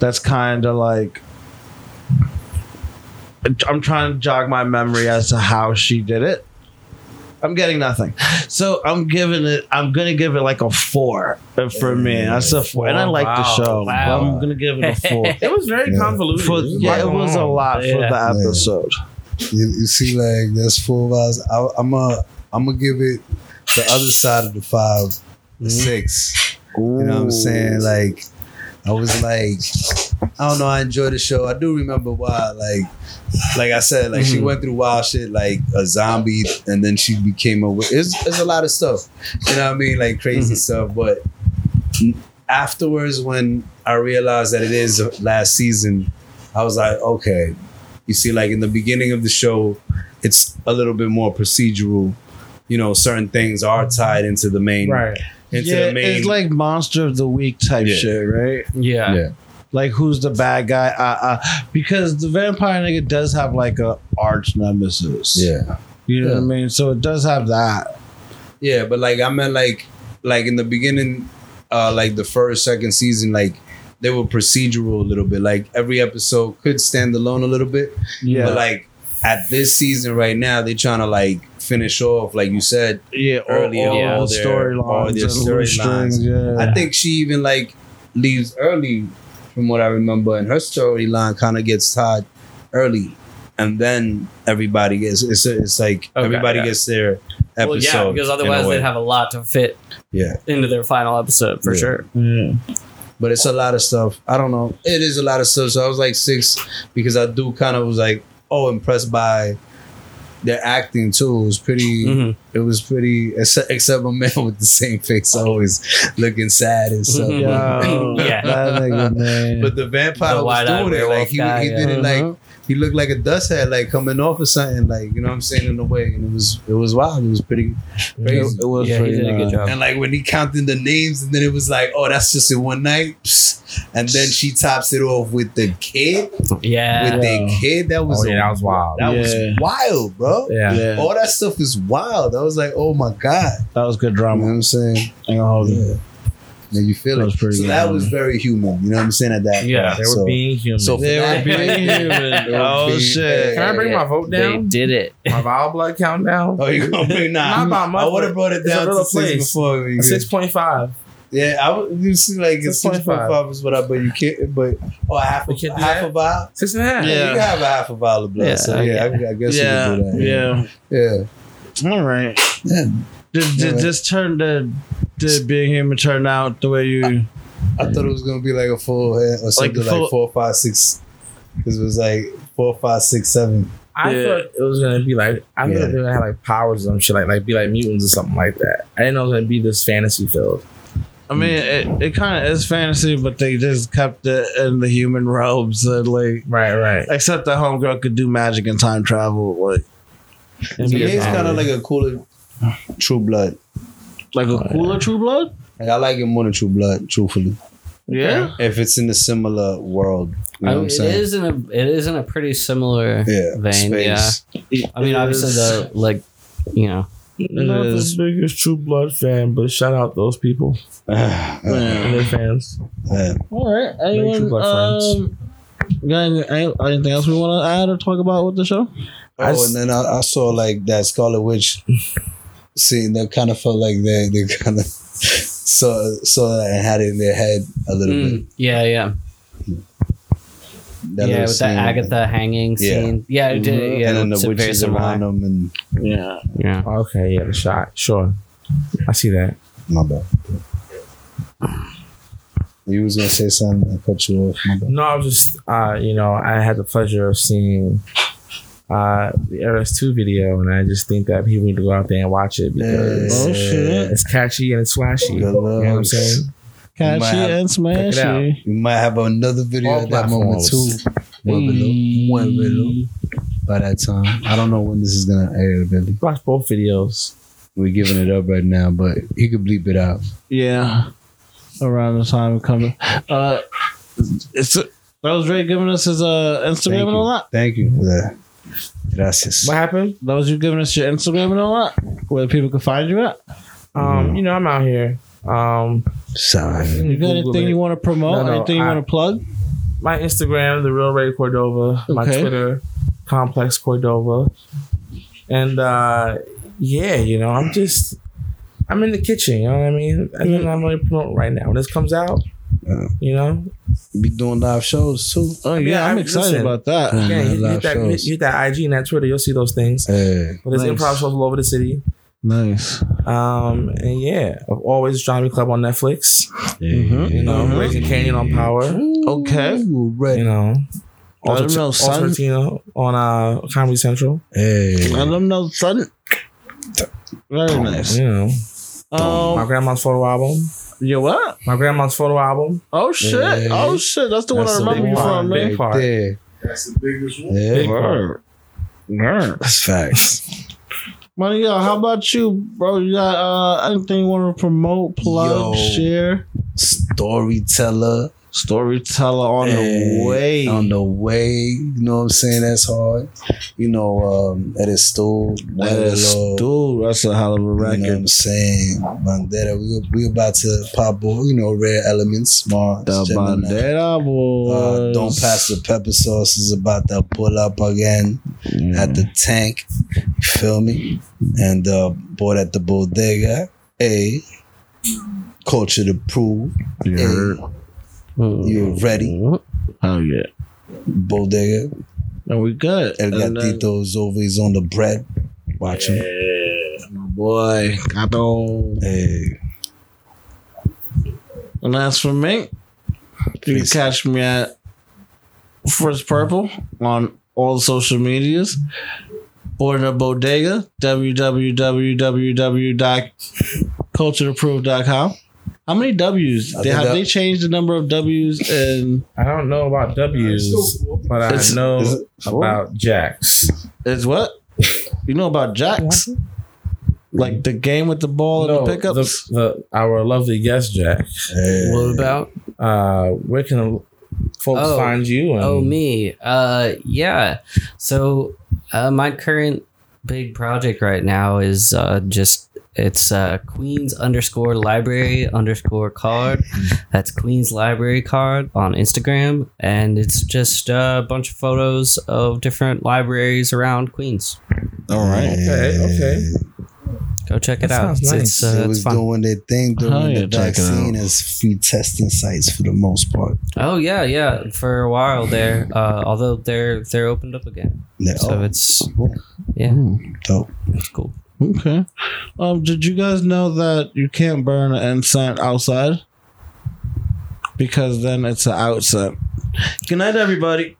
S2: That's kind of like I'm trying to jog my memory as to how she did it. I'm getting nothing. So I'm giving it, I'm going to give it like a four uh, for me. That's a four. And I like the
S4: Wow.
S2: show.
S4: Wow.
S2: I'm going to give it a four.
S4: It was very
S3: Yeah.
S4: convoluted.
S2: For-
S4: There's
S2: yeah,
S4: lot
S2: it
S4: going
S2: was a
S4: on.
S2: lot for the
S3: Yeah.
S2: episode.
S3: You, you see, like that's four vibes. I, I'm a, I'm gonna give it the other side of the 5 a six. You know what I'm saying? Like, I was like, I don't know. I enjoyed the show. I do remember why. Like, like I said, like she
S2: Mhm.
S3: went through wild shit, like a zombie, and then she became a. wi- It's, it's a lot of stuff. You know what I mean? Like crazy
S2: Mm-hmm.
S3: stuff. But afterwards, when I realized that it is last season, I was like, okay. You see, like in the beginning of the show, it's a little bit more procedural. You know, certain things are tied into the main
S4: Right.
S3: into
S2: yeah,
S3: the main
S2: it's like Monster of the Week type
S3: Yeah.
S2: shit, right?
S1: Yeah.
S3: Yeah.
S2: Like who's the bad guy? Uh, uh, because the vampire nigga does have like a arch nemesis.
S3: Yeah.
S2: You know what I mean? So it does have that.
S3: Yeah, but like I meant like like in the beginning, uh like the first, second season, like they were procedural a little bit. Like every episode could stand alone a little bit.
S2: Yeah.
S3: But like at this season right now, they're trying to like finish off, like you said,
S2: yeah,
S3: earlier
S2: all, all,
S3: all
S2: all
S3: their- all
S2: storylines,
S3: their
S2: and loose
S3: storylines.
S2: strings, Yeah.
S3: I think she even like leaves early from what I remember, and her storyline kind of gets tied early, and then everybody gets it's it's like
S1: Okay,
S3: everybody
S1: yeah.
S3: gets their episode.
S1: Well, yeah, because
S3: in a
S1: otherwise
S3: way.
S1: they'd have a lot to fit
S3: yeah.
S1: into their final episode for
S3: Yeah.
S1: sure.
S2: Yeah.
S3: But it's a lot of stuff. I don't know. It is a lot of stuff. So I was like six because I do kind of was like oh impressed by their acting too. It was pretty.
S1: Mhm.
S3: It was pretty. Except, except my man with the same face, always looking sad and stuff.
S2: Yo,
S1: Yeah.
S2: that nigga, man.
S3: But the vampire
S1: Mm-hmm. The
S3: was
S1: wide-eyed
S3: doing it.
S1: werewolf
S3: Like he,
S1: guy,
S3: he did
S1: yeah.
S3: it like he looked like a dust head, like coming off or something. Like you know what I'm saying in a way. And it was it was wild. It was pretty crazy.
S2: it, it was
S1: Yeah, he
S2: pretty
S1: did a good
S2: nice.
S1: job.
S3: And like when he counted the names, and then it was like, oh, that's just in one night. Psst. And then she tops it off with the kid,
S1: Yeah.
S3: with the kid. That was
S4: Oh, yeah, that was wild.
S3: that
S2: Yeah.
S3: was wild, bro.
S4: yeah.
S2: Yeah.
S3: All that stuff is wild. I was like, oh my god.
S2: That was good
S3: You know
S2: drama.
S3: what I'm saying?
S2: I ain't gonna hold you.
S3: Yeah. Yeah, you feel
S2: That
S3: it.
S2: was pretty
S3: so
S2: good.
S3: that was very human. You know what I'm saying? At that,
S1: Yeah,
S4: They were
S3: so,
S4: being human.
S3: so for
S2: They were
S3: that-
S2: being human.
S3: They were
S2: Oh
S3: being-
S2: shit.
S4: Can I bring my vote
S1: They
S4: down?
S1: did it.
S4: My vial blood count down?
S3: Oh, you gonna bring nah?
S4: Not by much,
S3: I would have brought it
S4: it's a
S3: down
S4: little
S3: to six
S4: place.
S3: before. We
S4: Six point five.
S3: Yeah, I would, you see, like it's six point
S28: 6.5.
S3: five is what I, but you can't, but oh, half a
S28: can't do
S3: half a vial,
S4: six and a half.
S3: Yeah, you can have a half a vial of blood.
S2: Yeah,
S3: so yeah, I, I guess
S2: yeah,
S3: you can do
S2: yeah,
S3: that. Yeah, yeah.
S2: All right.
S3: Yeah.
S2: Did, did this turn the did being human turn out the way you?
S3: I thought it was gonna be like a full head or something like,
S2: full-
S3: four, five, six. Because it was like four, five, six, seven.
S4: I thought it was gonna be like I thought they were gonna have like powers or some shit like like be like mutants or something like that. I didn't know it was gonna be this fantasy filled.
S2: I mean, it, it kind of is fantasy, but they just kept it in the human robes and like
S4: right, right.
S2: Except that homegirl could do magic and time travel, like.
S3: To me, it's kind of like a cooler True Blood.
S2: Like a cooler True Blood?
S3: Like I like it more than True Blood, truthfully.
S2: Yeah?
S3: If it's in a similar world. You know
S1: I mean,
S3: what I'm
S1: Oh, it
S3: saying?
S1: is in a it is in a pretty similar
S3: Yeah,
S1: vein.
S3: space.
S1: Yeah, I mean, obviously the like, you know,
S4: Not the biggest True Blood fan, but shout out those people. and their fans.
S2: All right.
S4: Make True
S2: Anyone?
S4: Blood friends.
S2: Um, got any- any- anything else we want to add or talk about with the show?
S3: Oh, and then I, I saw like that Scarlet Witch scene that kind of felt like they they kind of saw saw that and had it in their head a little bit.
S1: Mm, yeah, yeah,
S3: That
S1: yeah,
S3: little
S1: with
S3: scene.
S1: that Agatha hanging
S3: Yeah.
S1: scene. Yeah, it did.
S3: Mhm.
S1: Yeah,
S3: and then
S1: it's
S3: the
S1: very
S3: witches
S1: similar.
S3: around them and
S2: Yeah.
S1: Yeah.
S4: Okay, yeah, the shot. Sure. I see that.
S3: My bad. You was gonna say something. I cut you off. My bad.
S4: No, I was just uh, you know, I had the pleasure of seeing uh the RS2 video and I just think that people need to go out there and watch it because
S2: Oh, shit.
S4: it's catchy and it's flashy. You know what I'm saying?
S3: You might
S2: Catchy
S3: have-
S2: and
S4: Check it out.
S2: smashy.
S3: You might have another video
S4: All
S3: at that moment too.
S4: platforms.
S3: Muévelo, muévelo. By that time, I don't know when this is gonna air, Billy.
S4: Watch both videos.
S3: We're giving it up right now, but he could bleep it out.
S2: Yeah. Around the time of coming. Uh, it's that was Ray giving us his uh Instagram
S3: Thank
S2: and
S3: you.
S2: all that.
S3: Thank you for that. Gracias.
S4: What happened?
S2: That was you giving us your Instagram and all that, where people can find you at.
S4: Um, you know, I'm out here. Um
S3: Sorry.
S2: You got anything you want to promote?
S4: No, no,
S2: anything you
S4: I-
S2: want to plug?
S4: my Instagram, the real Ray Cordova, my
S2: Okay.
S4: Twitter, Complex Cordova, and uh, yeah, you know, I'm just I'm in the kitchen. You know what I mean? I don't know I'm really promoting right now. When this comes out, you know,
S3: be doing live shows too.
S2: Oh yeah, I'm excited about that.
S4: Yeah, hit, hit
S2: Live
S4: that
S2: shows.
S4: hit that IG and that Twitter. You'll see those things.
S3: Hey.
S4: But there's
S2: Nice.
S4: improv shows all over the city.
S2: Nice.
S4: Um, and yeah, always Johnny Club on Netflix. Mm-hmm. You know,
S2: Mm-hmm.
S4: Raising Canyon on Power.
S2: Okay.
S4: You know,
S2: Let
S4: also,
S2: them know,
S4: also
S2: son.
S4: Tarantino on uh, Comedy Central.
S3: Hey.
S2: Let them know, son. Very nice.
S4: You know,
S2: Um,
S4: my grandma's photo album.
S2: Your what?
S4: My grandma's photo album.
S2: Oh shit!
S4: Yeah.
S2: Oh shit! That's the
S4: That's the
S2: one I remember
S4: big
S2: you
S4: part,
S2: from, man.
S4: big part.
S3: Yeah.
S29: That's the biggest one.
S3: Yeah.
S4: Big part.
S3: That's facts.
S2: Money, yo, how about you, bro? You got uh, anything you want to promote, plug,
S3: Yo.
S2: share?
S3: Storyteller.
S2: Storyteller on
S3: Hey,
S2: the way.
S3: On the way. You know what I'm saying? That's hard. You know, um, that is still
S2: That is dude, that's a hell of a
S3: You know what
S2: record.
S3: I'm saying? Bandera. We, we about to pop, boy, you know, rare elements, Mars,
S2: The
S3: Gemini.
S2: Bandera boys.
S3: Uh, don't pass the pepper sauce is about to pull up again at the tank. You feel me? And uh, bought at the bodega. A culture to prove.
S2: You heard?
S3: You're ready.
S2: Oh yeah.
S3: Bodega.
S2: And we good.
S3: El
S2: And then-
S3: gatito is always on the bread. Watch him.
S2: Yeah, my boy. Gato.
S3: Hey,
S2: And that's for me. You can catch me at First Purple on all social medias. Or the bodega, www.cultureapprove.com. How many W's?
S4: I
S2: They
S4: think
S2: have
S4: that-
S2: they changed the number of W's and
S4: I don't know about W's, but I
S2: It's-
S4: know
S2: is it-
S4: about Jacks.
S2: it's what? You know about jacks? Like the game with Oh, the ball
S4: No,
S2: and the pickup?
S4: the, the, our lovely guest Jack.
S1: What about?
S4: Uh, where can folks
S1: Oh.
S4: find you? And
S1: Oh me, uh, yeah. So uh, my current big project right now is uh, just it's uh, Queens underscore library underscore card. That's Queens library card on Instagram, and it's just uh, a bunch of photos of different libraries around Queens.
S2: All right.
S4: Okay, okay.
S1: Go check it
S4: That
S1: out.
S4: sounds
S1: It's, it's, uh,
S3: they
S1: it's
S3: was
S1: fun.
S3: doing their thing during
S1: Oh, yeah,
S3: the
S1: check it
S3: vaccine as free testing sites for the most part.
S1: Oh yeah, yeah. For a while there, uh, although they're they're opened up again.
S3: Yeah.
S1: So it's yeah,
S3: dope.
S1: It's cool.
S2: Okay. Um, did you guys know that you can't burn an incense outside? Because then it's an outside. Good night, everybody.